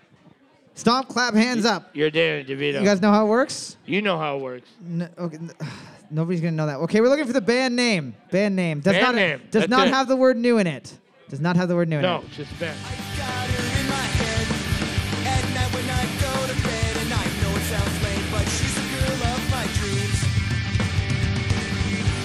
C: Stomp, clap, hands up.
B: You're Danny DeVito.
C: You guys know how it works?
B: You know how it works.
C: No, okay, n- nobody's gonna know that. Okay, we're looking for the band name. Band name does
B: Band
C: not
B: name.
C: does
B: That's
C: not
B: it.
C: have the word new in it. Does not have the word new in
B: No,
C: it.
B: just Ben.
E: Got her in my head. At night when I go to bed, and I know it sounds lame, but she's the girl of my dreams.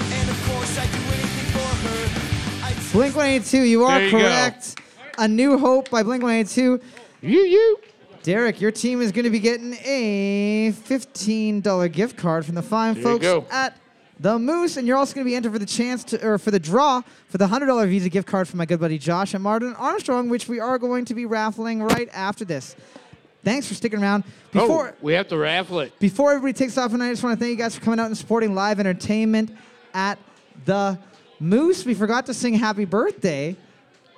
E: And of course, I'd do anything for her. I'd
C: Blink 182. You are
B: There you go.
C: correct. A New Hope by Blink 182.
B: You, you.
C: Derek, your team is going to be getting a $15 gift card from the fine
B: There you
C: folks
B: go.
C: at the Moose, and you're also going to be entered for the chance to, or for the draw for the $100 Visa gift card from my good buddy Josh and Martin Armstrong, which we are going to be raffling right after this. Thanks for sticking around. Before
B: oh, we have to raffle it.
C: before everybody takes off, and I just want to thank you guys for coming out and supporting live entertainment at the Moose. We forgot to sing Happy Birthday.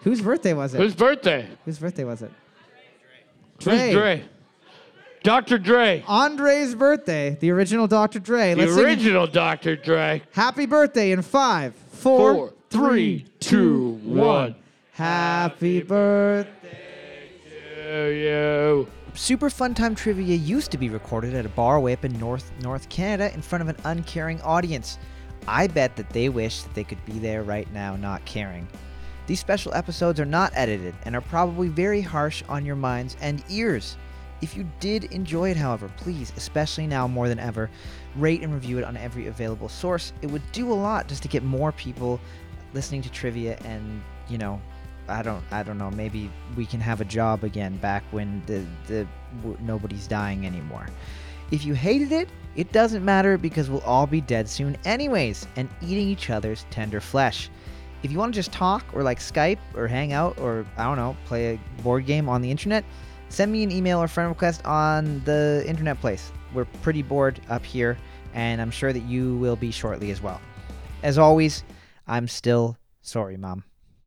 C: Whose birthday was it?
B: Whose birthday?
C: Whose birthday was it?
B: Who's Dre? Dr. Dre.
C: Andre's birthday, the original Dr. Dre.
B: The
C: Let's sing
B: original Dr. Dre.
C: Happy birthday in five, four,
B: Four, three, two, one.
C: Happy birthday.
B: Yeah, yeah.
A: Super Fun Time Trivia used to be recorded at a bar way up in North North Canada in front of an uncaring audience. I bet that they wish that they could be there right now not caring. These special episodes are not edited and are probably very harsh on your minds and ears. If you did enjoy it, however, please, especially now more than ever, rate and review it on every available source. It would do a lot just to get more people listening to trivia and, you know, I don't I don't know. Maybe we can have a job again back when the the w- nobody's dying anymore. If you hated it, it doesn't matter because we'll all be dead soon anyways and eating each other's tender flesh. If you want to just talk or like Skype or hang out or I don't know, play a board game on the internet, send me an email or friend request on the internet place. We're pretty bored up here and I'm sure that you will be shortly as well. As always, I'm still sorry, mom.